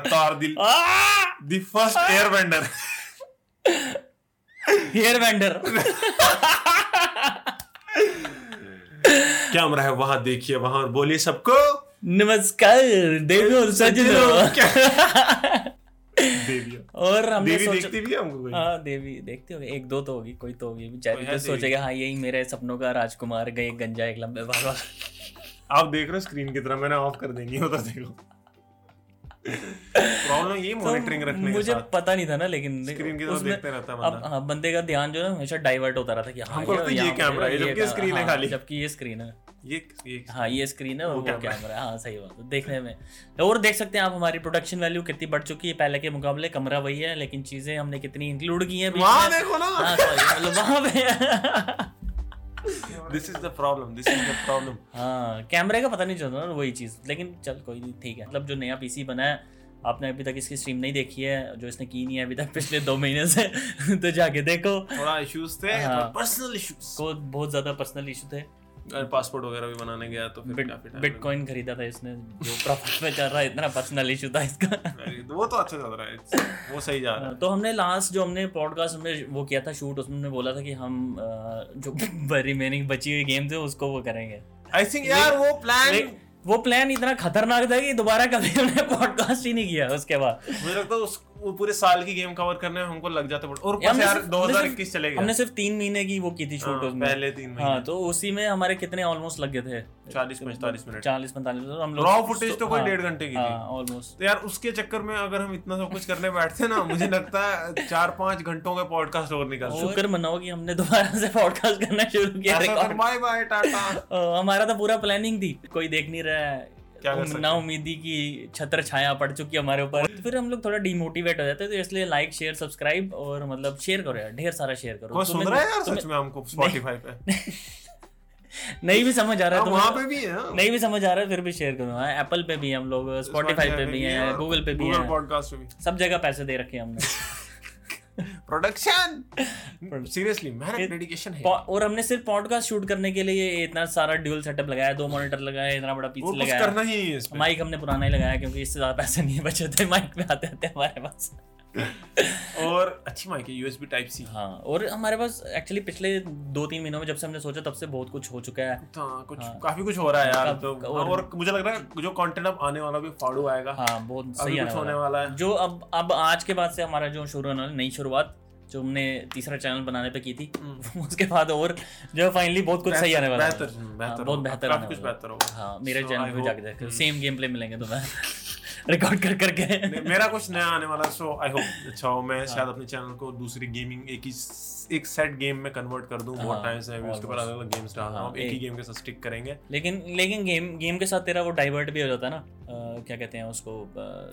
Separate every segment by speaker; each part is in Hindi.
Speaker 1: Avatar, the, the first airbender.
Speaker 2: Hair bender
Speaker 1: क्या हमारा है वहां देखिए वहां और बोलिए सबको
Speaker 2: नमस्कार देवी और सजनों
Speaker 1: देवी
Speaker 2: और हमने
Speaker 1: देवी
Speaker 2: सोचा
Speaker 1: देखती भी है हमको कोई?
Speaker 2: हाँ देवी देखते होगे एक दो तो होगी कोई तो होगी बेचारी
Speaker 1: कोई है
Speaker 2: तो
Speaker 1: देवी।
Speaker 2: सोचेगा हाँ यही मेरे सपनों का राजकुमार गए गंजा एक लंबे बाल वाला।
Speaker 1: आप देख रहे हो स्क्रीन की तरह मैंने ऑफ कर देंगी होता देखो प्रॉब्लम ये मॉनिटरिंग रखने के
Speaker 2: तो मुझे
Speaker 1: साथ
Speaker 2: पता नहीं था ना लेकिन
Speaker 1: स्क्रीन की तरफ
Speaker 2: उसमें-
Speaker 1: देखते रहता है
Speaker 2: अब
Speaker 1: बंदा
Speaker 2: हाँ बंदे का ध्यान जो है ना, हमेशा डाइवर्ट होता रहता है कि हाँ
Speaker 1: हमको लगता है ये
Speaker 2: यहाँ पर
Speaker 1: कैमरा है,
Speaker 2: ये
Speaker 1: जबकि
Speaker 2: कैमरा-
Speaker 1: स्क्रीन है
Speaker 2: हाँ,
Speaker 1: खाली।
Speaker 2: जबकि ये स्क्रीन है
Speaker 1: ये ये
Speaker 2: हाँ ये स्क्रीन है और
Speaker 1: वो
Speaker 2: वो
Speaker 1: कैमरा
Speaker 2: कैमरा है हाँ सही बात है देखने में और देख सकते हैं आप हमारी प्रोडक्शन वैल्यू कितनी बढ़ चुकी है पहले के मुकाबले कमरा वही है लेकिन चीजें हमने कितनी इंक्लूड की हैं बीच
Speaker 1: वहां
Speaker 2: में।
Speaker 1: देखो ना
Speaker 2: हाँ सॉरी मतलब वहाँ पे
Speaker 1: this is the problem this is the problem
Speaker 2: हाँ कैमरे का पता नहीं चलता ना वही चीज़ लेकिन चल कोई नहीं ठीक है मतलब जो नया पीसी बना है आपने अभी तक इसकी स्ट्रीम नहीं देखी है जो इसने की नहीं है अभी तक पिछले दो महीने से तो जाके देखो
Speaker 1: थोड़ा इश्यूज थे
Speaker 2: हाँ।
Speaker 1: पर्सनल इश्यूज
Speaker 2: को बहुत ज़्यादा पर्सनल इशू थे
Speaker 1: और पासपोर्ट वगैरह भी बनाने गया तो फिर काफी time
Speaker 2: बिटकॉइन खरीदा था इसने जो प्रॉफिट में चल रहा है इतना पर्सनल इशू था इसका
Speaker 1: लगा। वो तो अच्छा चल रहा है It's- वो सही जा रहा है
Speaker 2: तो हमने लास्ट जो हमने पॉडकास्ट में वो किया था शूट उसमें हमने बोला था कि हम अ, जो रिमेनिंग बची हुई गेम थे उसको वो करेंगे
Speaker 1: आई थिंक यार वो प्लान
Speaker 2: लेकिन वो प्लान इतना खतरनाक था कि दोबारा कभी हमने पॉडकास्ट ही नहीं किया उसके बाद
Speaker 1: मुझे लगता है उस वो पूरे साल की गेम कवर करने में हमको लग जाता है और
Speaker 2: यार,
Speaker 1: ऊपर से
Speaker 2: हमने
Speaker 1: यार
Speaker 2: सिर्फ- हमने
Speaker 1: 2021 चले गए
Speaker 2: हमने सिर्फ तीन महीने की वो की थी
Speaker 1: हाँ,
Speaker 2: शूट उसमें
Speaker 1: पहले तीन
Speaker 2: हाँ
Speaker 1: महीने
Speaker 2: तो उसी में हमारे कितने ऑलमोस्ट लग गए थे
Speaker 1: 40 45 मिनट
Speaker 2: चालीस पैंतालीस हम लोग हाँ।
Speaker 1: रॉ फुटेज तो कोई डेढ़ घंटे की थी
Speaker 2: ऑलमोस्ट
Speaker 1: तो यार उसके चक्कर में अगर हम इतना सब कुछ करने बैठते ना मुझे लगता है चार पाँच घंटों का पॉडकास्ट और तो निकल
Speaker 2: शुक्र मनाओ कि हमने दोबारा से पॉडकास्ट करना शुरू किया रिकॉर्ड
Speaker 1: बाय बाय टाटा
Speaker 2: अ, हमारा तो पूरा प्लानिंग थी कोई देख नहीं रहा है
Speaker 1: क्या कर
Speaker 2: उम-
Speaker 1: सकते
Speaker 2: ना उम्मीदी की छत्र छाया पड़ चुकी है हमारे ऊपर फिर हम लोग थोड़ा डिमोटिवेट हो जाते हैं तो इसलिए लाइक शेयर सब्सक्राइब और मतलब शेयर करो यार ढेर सारा शेयर करो तो
Speaker 1: कोई सुन
Speaker 2: तुम्हें-
Speaker 1: रहा है यार सच में हमको स्पॉटिफाई पे
Speaker 2: नहीं भी समझ आ रहा है
Speaker 1: हम
Speaker 2: तुम्हें-
Speaker 1: वहाँ पे भी है हाँ।
Speaker 2: नहीं भी समझ आ रहा है फिर भी शेयर करो हाँ एप्पल पे भी हैं हम लोग स्पॉटिफाई पे भी हैं गूगल पे भी
Speaker 1: गूगल
Speaker 2: हैं
Speaker 1: पॉडकास्ट पे भी
Speaker 2: सब जगह पैसे दे रखे हैं हमने
Speaker 1: प्रोडक्शन सीरियसली मेहनत डेडिकेशन है
Speaker 2: पॉ- और हमने सिर्फ पॉडकास्ट शूट करने के लिए इतना सारा ड्यूल सेटअप लगाया दो मॉनिटर लगाया इतना बड़ा
Speaker 1: और
Speaker 2: पीसी
Speaker 1: कुछ
Speaker 2: लगाया
Speaker 1: करना ही है इस पे
Speaker 2: माइक हमने पुराना ही लगाया क्योंकि इससे ज्यादा पैसे नहीं बचे थे माइक में आते आते हमारे पास
Speaker 1: और अच्छी माइक है यूएसबी टाइप सी
Speaker 2: हाँ और हमारे पास एक्चुअली पिछले दो तीन महीनों में जब से हमने सोचा तब से बहुत कुछ हो चुका है
Speaker 1: तो हाँ, कुछ
Speaker 2: हाँ।
Speaker 1: काफी कुछ हो रहा है यार
Speaker 2: काफ-
Speaker 1: तो
Speaker 2: और-
Speaker 1: और मुझे लग रहा है जो कंटेंट अब आने वाला भी फाड़ू आएगा
Speaker 2: हाँ बहुत
Speaker 1: अभी
Speaker 2: सही
Speaker 1: कुछ
Speaker 2: आने
Speaker 1: होने
Speaker 2: वाला
Speaker 1: वाला
Speaker 2: है।
Speaker 1: है
Speaker 2: जो अब अब आज के बाद से हमारा जो शुरू होने वाला नई शुरुआत जो हमने तीसरा चैनल बनाने पे की थी
Speaker 1: हम्म।
Speaker 2: उसके बाद और जो फाइनली बहुत कुछ सही आने वाला है हाँ,
Speaker 1: बेहतर बेहतर
Speaker 2: बहुत
Speaker 1: होगा।
Speaker 2: बेहतर
Speaker 1: काफी
Speaker 2: आने
Speaker 1: कुछ
Speaker 2: वाला है।
Speaker 1: बेहतर होगा
Speaker 2: हाँ मेरे
Speaker 1: So, I
Speaker 2: चैनल पे
Speaker 1: hope-
Speaker 2: जाके देखो सेम गेम प्ले मिलेंगे तुम्हें रिकॉर्ड कर करके
Speaker 1: नहीं, मेरा कुछ नया आने वाला सो आई होप अच्छा हो
Speaker 2: हाँ।
Speaker 1: मैं शायद अपने चैनल को दूसरी गेमिंग एक ही एक सेट गेम में कन्वर्ट कर दूं बहुत
Speaker 2: हाँ,
Speaker 1: टाइम से मैं उसके ऊपर अलग अलग गेम्स डाल रहा हूं
Speaker 2: हाँ,
Speaker 1: एक ही
Speaker 2: एक-
Speaker 1: गेम के साथ स्टिक करेंगे
Speaker 2: लेकिन लेकिन गेम गेम के साथ तेरा वो डाइवर्ट भी हो जाता है ना अ, क्या कहते हैं उसको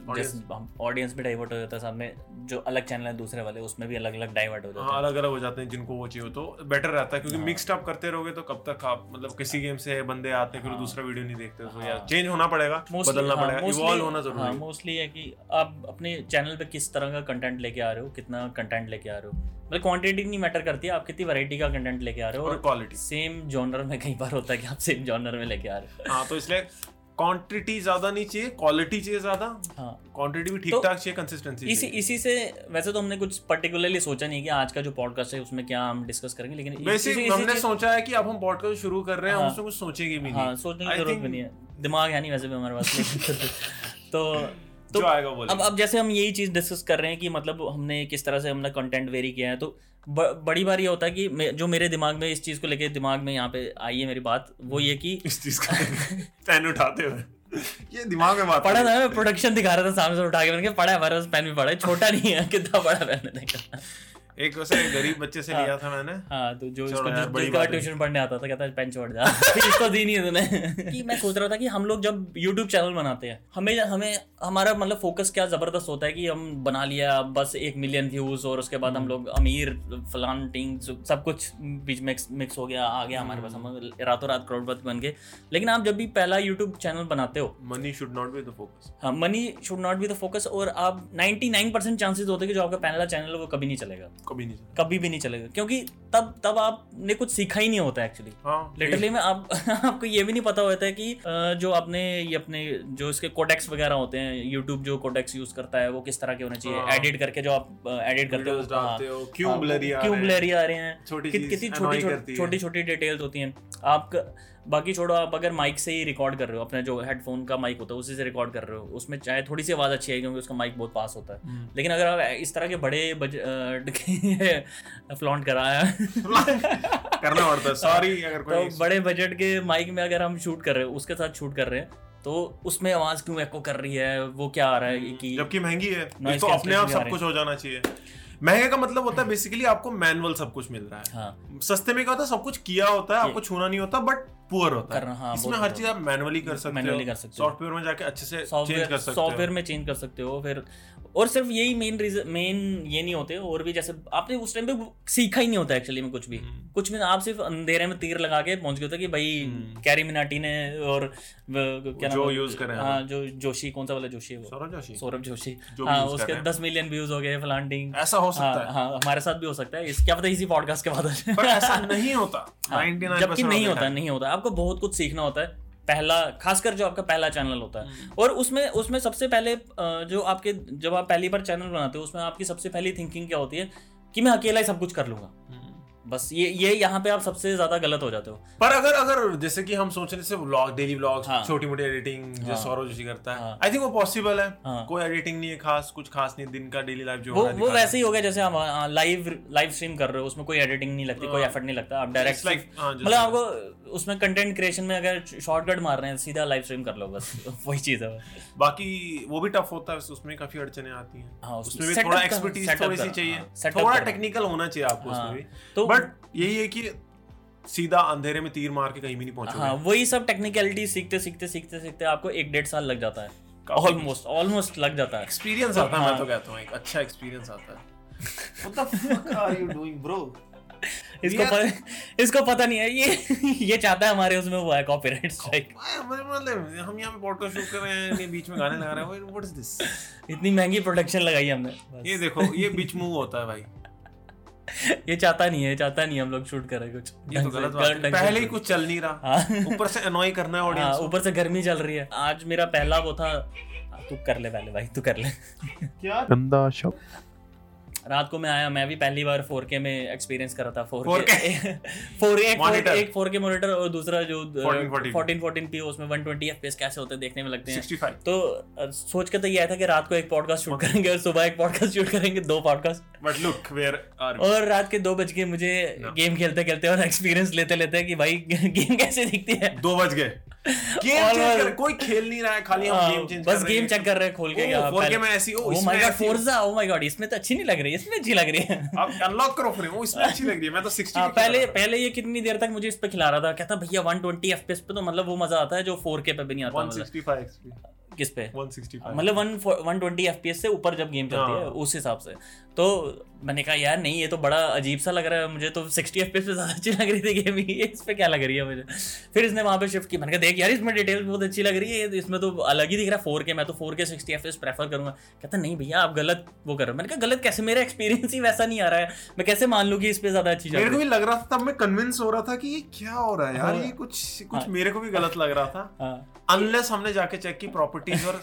Speaker 2: ऑडियंस भी डाइवर्ट हो जाता है सामने जो अलग चैनल है दूसरे वाले उसमें भी अलग अलग डाइवर्ट हो जाता
Speaker 1: हाँ अलग अलग हो जाते हैं जिनको वो चाहिए हो तो बेटर रहता है क्योंकि
Speaker 2: हाँ।
Speaker 1: मिक्सड अप करते रहोगे तो कब तक आप मतलब किसी गेम से बंदे आते हैं फिर दूसरा वीडियो नहीं देखते तो यार चेंज होना पड़ेगा
Speaker 2: है हाँ। Mostly-
Speaker 1: बदलना
Speaker 2: हाँ,
Speaker 1: पड़ेगा
Speaker 2: mostly-
Speaker 1: इवॉल्व होना जरूरी
Speaker 2: हाँ
Speaker 1: है
Speaker 2: मोस्टली है कि आप अपने चैनल पे किस तरह का कंटेंट लेके आ रहे हो कितना कंटेंट लेके आ रहे हो मतलब क्वांटिटी नहीं मैटर करती है आप कितनी वैरायटी का कंटेंट लेके आ रहे हो
Speaker 1: और
Speaker 2: और
Speaker 1: क्वालिटी
Speaker 2: सेम जॉनर में कई बार होता है कि आप सेम जॉनर में लेके आ रहे हो
Speaker 1: हाँ तो इसलिए क्वांटिटी ज्यादा नहीं चाहिए क्वालिटी चाहिए ज्यादा
Speaker 2: हाँ
Speaker 1: क्वांटिटी भी ठीक ठाक चाहिए कंसिस्टेंसी
Speaker 2: इसी इसी से वैसे तो हमने कुछ पर्टिकुलरली सोचा नहीं कि आज का जो पॉडकास्ट है उसमें क्या हम डिस्कस करेंगे लेकिन इसी-
Speaker 1: बेसिक
Speaker 2: इसी-
Speaker 1: हमने
Speaker 2: इसी-
Speaker 1: सोचा है कि अब हम पॉडकास्ट शुरू कर रहे हैं हम
Speaker 2: हाँ।
Speaker 1: उसमें कुछ सोचेंगे भी
Speaker 2: हाँ
Speaker 1: नहीं
Speaker 2: सोचने की
Speaker 1: I
Speaker 2: जरूरत
Speaker 1: think-
Speaker 2: भी नहीं है दिमाग है नहीं वैसे भी हमारे पास लेकिन- तो तो
Speaker 1: जो आएगा बोलेंगे
Speaker 2: अब अब जैसे हम यही चीज़ डिस्कस कर रहे हैं कि मतलब हमने किस तरह से हमने कंटेंट वेरी किया है तो ब, बड़ी बार ये होता है कि मे, जो मेरे दिमाग में इस चीज़ को लेके दिमाग में यहाँ पे आई है मेरी बात वो ये कि
Speaker 1: इस चीज का पेन उठाते हुए ये दिमाग में बात
Speaker 2: पढ़ा
Speaker 1: है।
Speaker 2: था मैं प्रोडक्शन दिखा रहा था सामने से उठा के मैंने कहा पढ़ा है हमारे पास पेन भी पढ़ा है छोटा नहीं है कितना बड़ा पेन देखा
Speaker 1: एक वैसे गरीब बच्चे से लिया था मैंने
Speaker 2: हाँ तो जो
Speaker 1: चलो
Speaker 2: इसको
Speaker 1: यार,
Speaker 2: जो-
Speaker 1: बड़ी
Speaker 2: जिसका
Speaker 1: बात है।
Speaker 2: ट्यूशन पढ़ने आता था कहता है पेन छोड़ जा फिर इसको दी नहीं है तूने कि मैं सोच रहा था कि हम लोग जब यूट्यूब चैनल बनाते हैं हमें हमें हमारा मतलब फोकस क्या जबरदस्त होता है कि हम बना लिया बस एक मिलियन व्यूज और उसके बाद हम लोग अमीर फलान टिंग सब कुछ बीच मिक्स मिक्स हो गया आ गया हमारे पास हम रातों रात करोड़पति बन गए लेकिन आप जब भी पहला यूट्यूब चैनल बनाते हो
Speaker 1: money should not be the focus
Speaker 2: हाँ money should not be the focus और आप 99% चांसेस होते हैं कि जो आपका पहला चैनल है वो कभी नहीं चलेगा
Speaker 1: कभी नहीं चला
Speaker 2: कभी भी नहीं चलेगा क्योंकि तब तब आपने कुछ सीखा ही नहीं होता एक्चुअली
Speaker 1: हाँ
Speaker 2: लिटरली में आप आपको ये भी नहीं पता होता है कि अ, जो आपने ये अपने जो इसके कोडेक्स वगैरह होते हैं यूट्यूब जो कोडेक्स यूज करता है वो किस तरह के होने चाहिए
Speaker 1: हाँ।
Speaker 2: एडिट करके जो आप एडिट करते हो
Speaker 1: वीडियोस डालते हो क्यों
Speaker 2: हाँ,
Speaker 1: ब्लरी आ
Speaker 2: क्यों
Speaker 1: रहे हैं
Speaker 2: ब्लरी आ रहे हैं
Speaker 1: छोटी
Speaker 2: कि,
Speaker 1: चीज
Speaker 2: कितनी
Speaker 1: annoy
Speaker 2: छोटी
Speaker 1: करती
Speaker 2: छोटी
Speaker 1: है।
Speaker 2: छोटी छोटी डिटेल्स होती हैं आप क- बाकी छोड़ो आप अगर माइक से ही रिकॉर्ड कर रहे हो अपने जो हेडफोन का माइक होता है उसी से रिकॉर्ड कर रहे हो उसमें चाहे थोड़ी सी आवाज़ अच्छी आएगी क्योंकि उसका माइक बहुत पास होता है
Speaker 1: हम्म।
Speaker 2: लेकिन अगर आप इस तरह के बड़े बजट फ्लॉन्ट कराया
Speaker 1: करना पड़ता है सॉरी अगर
Speaker 2: तो
Speaker 1: कोई
Speaker 2: बड़े बजट के माइक में अगर हम शूट कर रहे हैं उसके साथ शूट कर रहे हैं तो उसमें आवाज क्यों एको कर रही है वो क्या आ रहा है कि
Speaker 1: हम्म, जबकि महंगी है
Speaker 2: Noise
Speaker 1: इसको अपने आप
Speaker 2: cancellation भी आ
Speaker 1: सब
Speaker 2: रही
Speaker 1: कुछ हो जाना चाहिए महंगे का मतलब होता है बेसिकली आपको मैनुअल सब कुछ मिल रहा है
Speaker 2: हाँ
Speaker 1: सस्ते में क्या होता है सब कुछ किया होता है आपको छूना नहीं होता बट पुअर होता
Speaker 2: करना,
Speaker 1: है
Speaker 2: हाँ,
Speaker 1: इसमें
Speaker 2: बहुत
Speaker 1: हर
Speaker 2: poor
Speaker 1: चीज आप मैनुअली कर सकते
Speaker 2: Manually
Speaker 1: हो
Speaker 2: कर सकते हो।
Speaker 1: सॉफ्टवेयर में जाके अच्छे से चेंज
Speaker 2: सॉफ्टवेयर
Speaker 1: कर सकते
Speaker 2: सॉफ्टवेयर में चेंज कर सकते हो फिर और सिर्फ यही मेन रीजन मेन ये नहीं होते और भी जैसे आपने उस टाइम पे वो सीखा ही नहीं होता एक्चुअली में कुछ भी
Speaker 1: हो
Speaker 2: कुछ भी आप सिर्फ अंधेरे में तीर लगा के पहुंच गए थे कि भाई
Speaker 1: हम्म।
Speaker 2: कैरी मिनाटी ने और वो- क्या नाम
Speaker 1: जो
Speaker 2: है?
Speaker 1: यूज करें
Speaker 2: हाँ जो जोशी कौन सा वाला जोशी है वो
Speaker 1: सौरभ जोशी
Speaker 2: सौरभ जोशी
Speaker 1: जो
Speaker 2: हाँ
Speaker 1: भी use कर
Speaker 2: उसके
Speaker 1: रहे हैं।
Speaker 2: दस मिलियन व्यूज हो गए फलांटिंग
Speaker 1: ऐसा हो
Speaker 2: हाँ,
Speaker 1: सकता है
Speaker 2: हाँ, हमारे साथ भी हो सकता है इस क्या पता इसी पॉडकास्ट के बाद आ जाए।
Speaker 1: पर ऐसा नहीं होता
Speaker 2: हाँ,
Speaker 1: 99%
Speaker 2: जबकि नहीं
Speaker 1: of the
Speaker 2: होता
Speaker 1: time।
Speaker 2: नहीं होता आपको बहुत कुछ सीखना होता है पहला खासकर जो आपका पहला चैनल होता है और उसमें उसमें सबसे पहले अ, जो आपके जब आप पहली बार चैनल बनाते हो उसमें आपकी सबसे पहली थिंकिंग क्या होती है कि मैं अकेला ही सब कुछ कर लूंगा
Speaker 1: हम्म।
Speaker 2: बस ये ये यहाँ पे आप सबसे ज्यादा गलत हो जाते हो
Speaker 1: पर अगर अगर जैसे कि हम सोच रहे थे व्लॉग डेली व्लॉग
Speaker 2: हाँ।
Speaker 1: छोटी मोटी एडिटिंग जो
Speaker 2: हाँ।
Speaker 1: सौरभ जोशी करता है
Speaker 2: हाँ।
Speaker 1: आई थिंक वो पॉसिबल है
Speaker 2: हाँ।
Speaker 1: कोई एडिटिंग नहीं है खास कुछ खास नहीं दिन का डेली लाइफ जो
Speaker 2: वो
Speaker 1: हो रहा है
Speaker 2: वो
Speaker 1: दिखा रहे हैं।
Speaker 2: वैसे ही हो गया जैसे हम हाँ, लाइव लाइव स्ट्रीम कर रहे हो उसमें कोई एडिटिंग नहीं लगती कोई
Speaker 1: हाँ।
Speaker 2: एफर्ट नहीं लगता आप
Speaker 1: It's
Speaker 2: डायरेक्ट
Speaker 1: like- हाँ,
Speaker 2: मतलब
Speaker 1: जैसे-
Speaker 2: आपको उसमें कंटेंट क्रिएशन में अगर शॉर्टकट मार रहे हैं सीधा लाइव स्ट्रीम कर लो बस वही चीज है हाँ,
Speaker 1: बाकी वो भी टफ होता है उस- उसमें काफी अड़चने आती हैं
Speaker 2: हाँ, उसमें
Speaker 1: उसमें भी
Speaker 2: setup
Speaker 1: थोड़ा
Speaker 2: का-
Speaker 1: एक्सपर्टीज
Speaker 2: setup
Speaker 1: थोड़ी
Speaker 2: का,
Speaker 1: सी
Speaker 2: हाँ,
Speaker 1: चाहिए
Speaker 2: setup
Speaker 1: थोड़ा
Speaker 2: का।
Speaker 1: टेक्निकल होना चाहिए आपको
Speaker 2: हाँ,
Speaker 1: उसमें भी
Speaker 2: तो
Speaker 1: बट यही है कि सीधा अंधेरे में तीर मार के कहीं भी नहीं
Speaker 2: हाँ
Speaker 1: पहुंचोगे
Speaker 2: वही सब टेक्निकलिटी सीखते सीखते सीखते सीखते आपको एक डेढ़ साल लग जाता है
Speaker 1: काफी-
Speaker 2: ऑलमोस्ट ऑलमोस्ट लग जाता है
Speaker 1: एक्सपीरियंस आता है मैं
Speaker 2: हाँ।
Speaker 1: तो कहता हूं एक अच्छा एक्सपीरियंस आता है what the fuck are you doing bro
Speaker 2: इसको
Speaker 1: We are-
Speaker 2: पता इसको पता नहीं है ये ये चाहता है हमारे उसमें हुआ है कॉपीराइट स्ट्राइक
Speaker 1: मतलब हम यहाँ पे पॉडकास्ट शूट कर रहे हैं ये बीच में गाने लगा रहा है व्हाट इज दिस
Speaker 2: इतनी महंगी प्रोडक्शन लगाई हमने बस।
Speaker 1: ये देखो ये बीच मूव होता है भाई
Speaker 2: ये चाहता नहीं है ये चाहता नहीं हम लोग शूट करें कुछ
Speaker 1: ये तो
Speaker 2: ढंग से,
Speaker 1: गलत बात है
Speaker 2: ढंग से
Speaker 1: पहले ही
Speaker 2: shoot।
Speaker 1: कुछ चल नहीं रहा
Speaker 2: हाँ
Speaker 1: ऊपर से अनॉय करना है
Speaker 2: हाँ,
Speaker 1: ऑडियंस
Speaker 2: ऊपर से गर्मी चल रही है आज मेरा पहला वो था हाँ, तू कर ले पहले भाई तू कर ले
Speaker 1: क्या
Speaker 3: गंदा शब्द
Speaker 2: रात को मैं आया मैं भी पहली बार 4K में एक्सपीरियंस कर रहा था 4K
Speaker 1: 4K
Speaker 2: 4K एक
Speaker 1: Monitor.
Speaker 2: 4K एक 4K मॉनिटर और दूसरा जो uh,
Speaker 1: 1440p.
Speaker 2: 1440p उसमें 120 fps कैसे होते हैं देखने में लगते हैं
Speaker 1: 65
Speaker 2: तो अ, सोच के तो ये आया था कि रात को एक पॉडकास्ट शूट करेंगे और सुबह एक पॉडकास्ट शूट करेंगे दो podcast
Speaker 1: but look where are
Speaker 2: और रात के दो बज के मुझे
Speaker 1: No.
Speaker 2: गेम खेलते खेलते और एक्सपीरियंस लेते लेते कि भाई गेम कैसे दिखती है
Speaker 1: दो बज गए गेम
Speaker 2: All
Speaker 1: चेंज
Speaker 2: over.
Speaker 1: कर कोई खेल नहीं रहा है खाली हम
Speaker 2: हाँ,
Speaker 1: गेम चेंज
Speaker 2: बस गेम चेक कर रहे हैं खोल के यहाँ
Speaker 1: फोर
Speaker 2: पहले। Oh
Speaker 1: के Oh, में ऐसी ओ
Speaker 2: ओ
Speaker 1: इसमें
Speaker 2: माय गॉड
Speaker 1: ऐसी-
Speaker 2: फोर्जा ओ माय गॉड इसमें तो अच्छी नहीं लग रही है इसमें अच्छी लग रही है
Speaker 1: आप अनलॉक करो फिर ओ इसमें अच्छी लग रही है मैं तो 60
Speaker 2: हाँ
Speaker 1: की
Speaker 2: पहले
Speaker 1: कर रहा
Speaker 2: पहले ये कितनी देर तक मुझे इस पे खिला रहा था कहता भैया 120 fps पे तो मतलब वो मजा आता है जो 4k पे भी नहीं
Speaker 1: था।
Speaker 2: आता मतलब
Speaker 1: 165 एक्चुअली
Speaker 2: किस पे
Speaker 1: 165
Speaker 2: मतलब 120 fps से ऊपर जब गेम चलती है
Speaker 1: अच्छा। हाँ।
Speaker 2: उस हिसाब से तो मैंने कहा यार नहीं ये तो बड़ा अजीब सा लग रहा है मुझे तो 60 fps पे ज़्यादा अच्छी लग रही थी गेम ये इस पे क्या लग रही है मुझे फिर इसने वहाँ पे शिफ्ट की मैंने कहा देख यार इसमें डिटेल बहुत अच्छी लग रही है इसमें तो अलग ही दिख रहा है फोर के मैं तो four K sixty F prefer करूंगा कहता नहीं भैया आप गलत वो कर रहे हो मैंने कहा गलत कैसे मेरा एक्सपीरियंस ही वैसा नहीं आ रहा है मैं कैसे मान लूँ कि इस पर ज़्यादा अच्छी जा
Speaker 1: मेरे को
Speaker 2: रही
Speaker 1: भी लग रहा था तब मैं कन्विंस हो रहा था कि ये क्या हो रहा है यार
Speaker 2: हाँ।
Speaker 1: ये कुछ कुछ मेरे को भी गलत लग रहा था
Speaker 2: हाँ
Speaker 1: अनलेस हमने जाके चेक की प्रॉपर्टीज और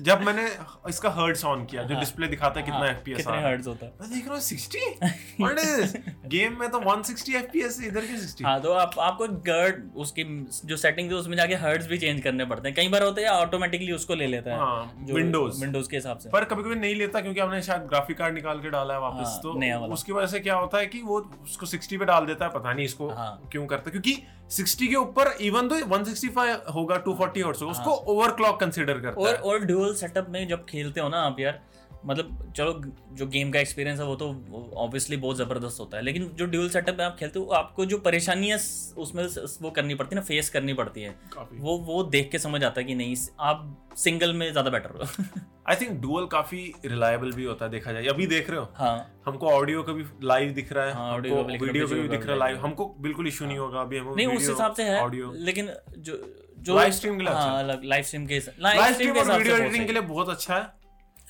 Speaker 1: जब मैंने इसका हर्ट्स ऑन किया जो
Speaker 2: हाँ।
Speaker 1: डिस्प्ले दिखाता है कितना
Speaker 2: हाँ,
Speaker 1: एफपीएस आ
Speaker 2: कितने
Speaker 1: रहा है
Speaker 2: हर्ट्ज होता है
Speaker 1: मैं देख रहा हूँ 60 व्हाट इज गेम में तो 160 एफपीएस इधर क्यों 60
Speaker 2: हाँ तो आप आपको गर्ड उसकी जो सेटिंग है उसमें जाके हर्ट्स भी चेंज करने पड़ते हैं कई बार होते हैं ऑटोमेटिकली उसको ले लेता है
Speaker 1: हाँ विंडोज
Speaker 2: विंडोज के हिसाब से
Speaker 1: पर कभी कभी नहीं लेता क्योंकि हमने शायद ग्राफिक कार्ड निकाल के डाला है वापस
Speaker 2: हाँ,
Speaker 1: तो
Speaker 2: नया वाला।
Speaker 1: उसकी वजह से क्या होता है कि वो उसको 60 पे डाल देता है पता नहीं इसको
Speaker 2: हाँ।
Speaker 1: क्यों करता है क्योंकि 60 के ऊपर इवन तो 165 होगा 240 हर्ट्ज होगा उसको ओवरक्लॉक कंसीडर करता
Speaker 2: हाँ। और
Speaker 1: है
Speaker 2: और ड्यूअल सेटअप में जब खेलते हो ना आप यार मतलब चलो जो गेम का एक्सपीरियंस है वो तो ऑब्वियसली बहुत ज़बरदस्त होता है लेकिन जो ड्यूअल सेटअप में आप खेलते हो आपको जो परेशानियाँ स- उसमें स- वो करनी पड़ती है ना फेस करनी पड़ती है
Speaker 1: काफी
Speaker 2: वो वो देख के समझ आता है कि नहीं आप सिंगल में ज़्यादा बेटर हो
Speaker 1: आई थिंक डुअल काफी रिलायबल भी होता है देखा जाए अभी देख रहे हो
Speaker 2: हाँ
Speaker 1: हमको ऑडियो का भी लाइव दिख रहा है
Speaker 2: हाँ, audio का भी
Speaker 1: हमको
Speaker 2: दिख
Speaker 1: वीडियो
Speaker 2: रहा है,
Speaker 1: का भी दिख रहा
Speaker 2: visual का भी
Speaker 1: है
Speaker 2: दिख
Speaker 1: लाइव
Speaker 2: रहा है।
Speaker 1: हमको बिल्कुल इशू नहीं होगा अभी हम
Speaker 2: हाँ। नहीं उस हिसाब से है
Speaker 1: ऑडियो
Speaker 2: लेकिन जो जो
Speaker 1: Live stream के लिए
Speaker 2: हाँ
Speaker 1: अच्छा
Speaker 2: लाइव स्ट्रीम के
Speaker 1: लाइव
Speaker 2: लाइव स्ट्रीम
Speaker 1: स्ट्रीम
Speaker 2: के
Speaker 1: और
Speaker 2: हिसाब से
Speaker 1: वीडियो
Speaker 2: बहुत
Speaker 1: एडिटिंग के
Speaker 2: सही।
Speaker 1: लिए बहुत अच्छा है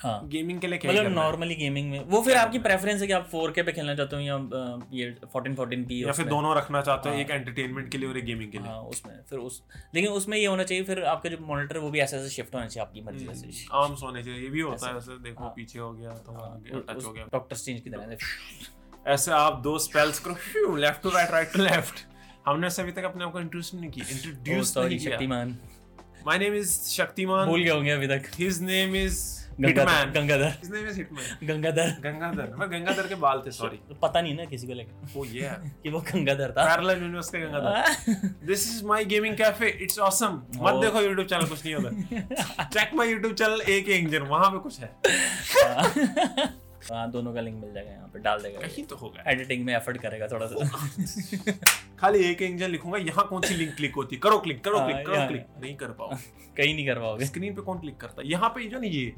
Speaker 2: हाँ
Speaker 1: गेमिंग के लिए क्या ही
Speaker 2: मतलब
Speaker 1: करना है?
Speaker 2: नॉर्मली गेमिंग में वो फिर आपकी प्रेफरेंस है कि आप 4K पे खेलना चाहते हो या अ, ये 14 14 पी
Speaker 1: या फिर दोनों रखना चाहते हो एक एंटरटेनमेंट के लिए और एक गेमिंग के लिए
Speaker 2: हाँ उसमें फिर उस लेकिन उसमें ये होना चाहिए फिर आपका जो मॉनिटर वो भी ऐसे ऐसे शिफ्ट होना चाहिए आपकी मर्जी
Speaker 1: हम्म।
Speaker 2: से हाँ, ऐसे।
Speaker 1: आर्म्स होने चाहिए ये भी होता है ऐसे देखो
Speaker 2: हाँ।
Speaker 1: पीछे हो गया तो टच हो गया
Speaker 2: डॉक्टर स्ट्रेंज की तरह से
Speaker 1: ऐसे आप दो स्पेल्स करो left to right right to left हमने ऐसे अभी तक अपने आप को इंट्रोड्यूस नहीं किया इंट्रोड्यूस नहीं
Speaker 2: सॉरी
Speaker 1: किया
Speaker 2: Oh, तो Shaktimaan
Speaker 1: my name is Shaktimaan
Speaker 2: भूल गए होंगे अभी तक
Speaker 1: his name is
Speaker 2: Gangadhar
Speaker 1: hitman
Speaker 2: Gangadhar
Speaker 1: his name is hitman
Speaker 2: Gangadhar
Speaker 1: Gangadhar मैं गंगाधर के बाल थे Oh, सॉरी
Speaker 2: पता नहीं ना किसी को लेकिन
Speaker 1: वो ये है
Speaker 2: कि वो गंगाधर था
Speaker 1: पैरेलल यूनिवर्स का Gangadhar this is my gaming cafe it's awesome मत
Speaker 2: ओ।
Speaker 1: देखो YouTube चैनल कुछ नहीं होता चेक माय YouTube चैनल एक इंजन वहां पे कुछ है
Speaker 2: हाँ दोनों का लिंक मिल जाएगा यहाँ पे डाल देगा
Speaker 1: कहीं तो होगा
Speaker 2: एडिटिंग में एफर्ट करेगा थोड़ा सा
Speaker 1: खाली एक इंजन लिखूंगा यहाँ कौन सी लिंक क्लिक होती है करो क्लिक करो
Speaker 2: हाँ,
Speaker 1: क्लिक करो
Speaker 2: यहाँ-
Speaker 1: क्लिक नहीं कर पाओ
Speaker 2: कहीं नहीं कर पाओगे
Speaker 1: स्क्रीन पे कौन क्लिक करता है यहाँ पे जो ना ये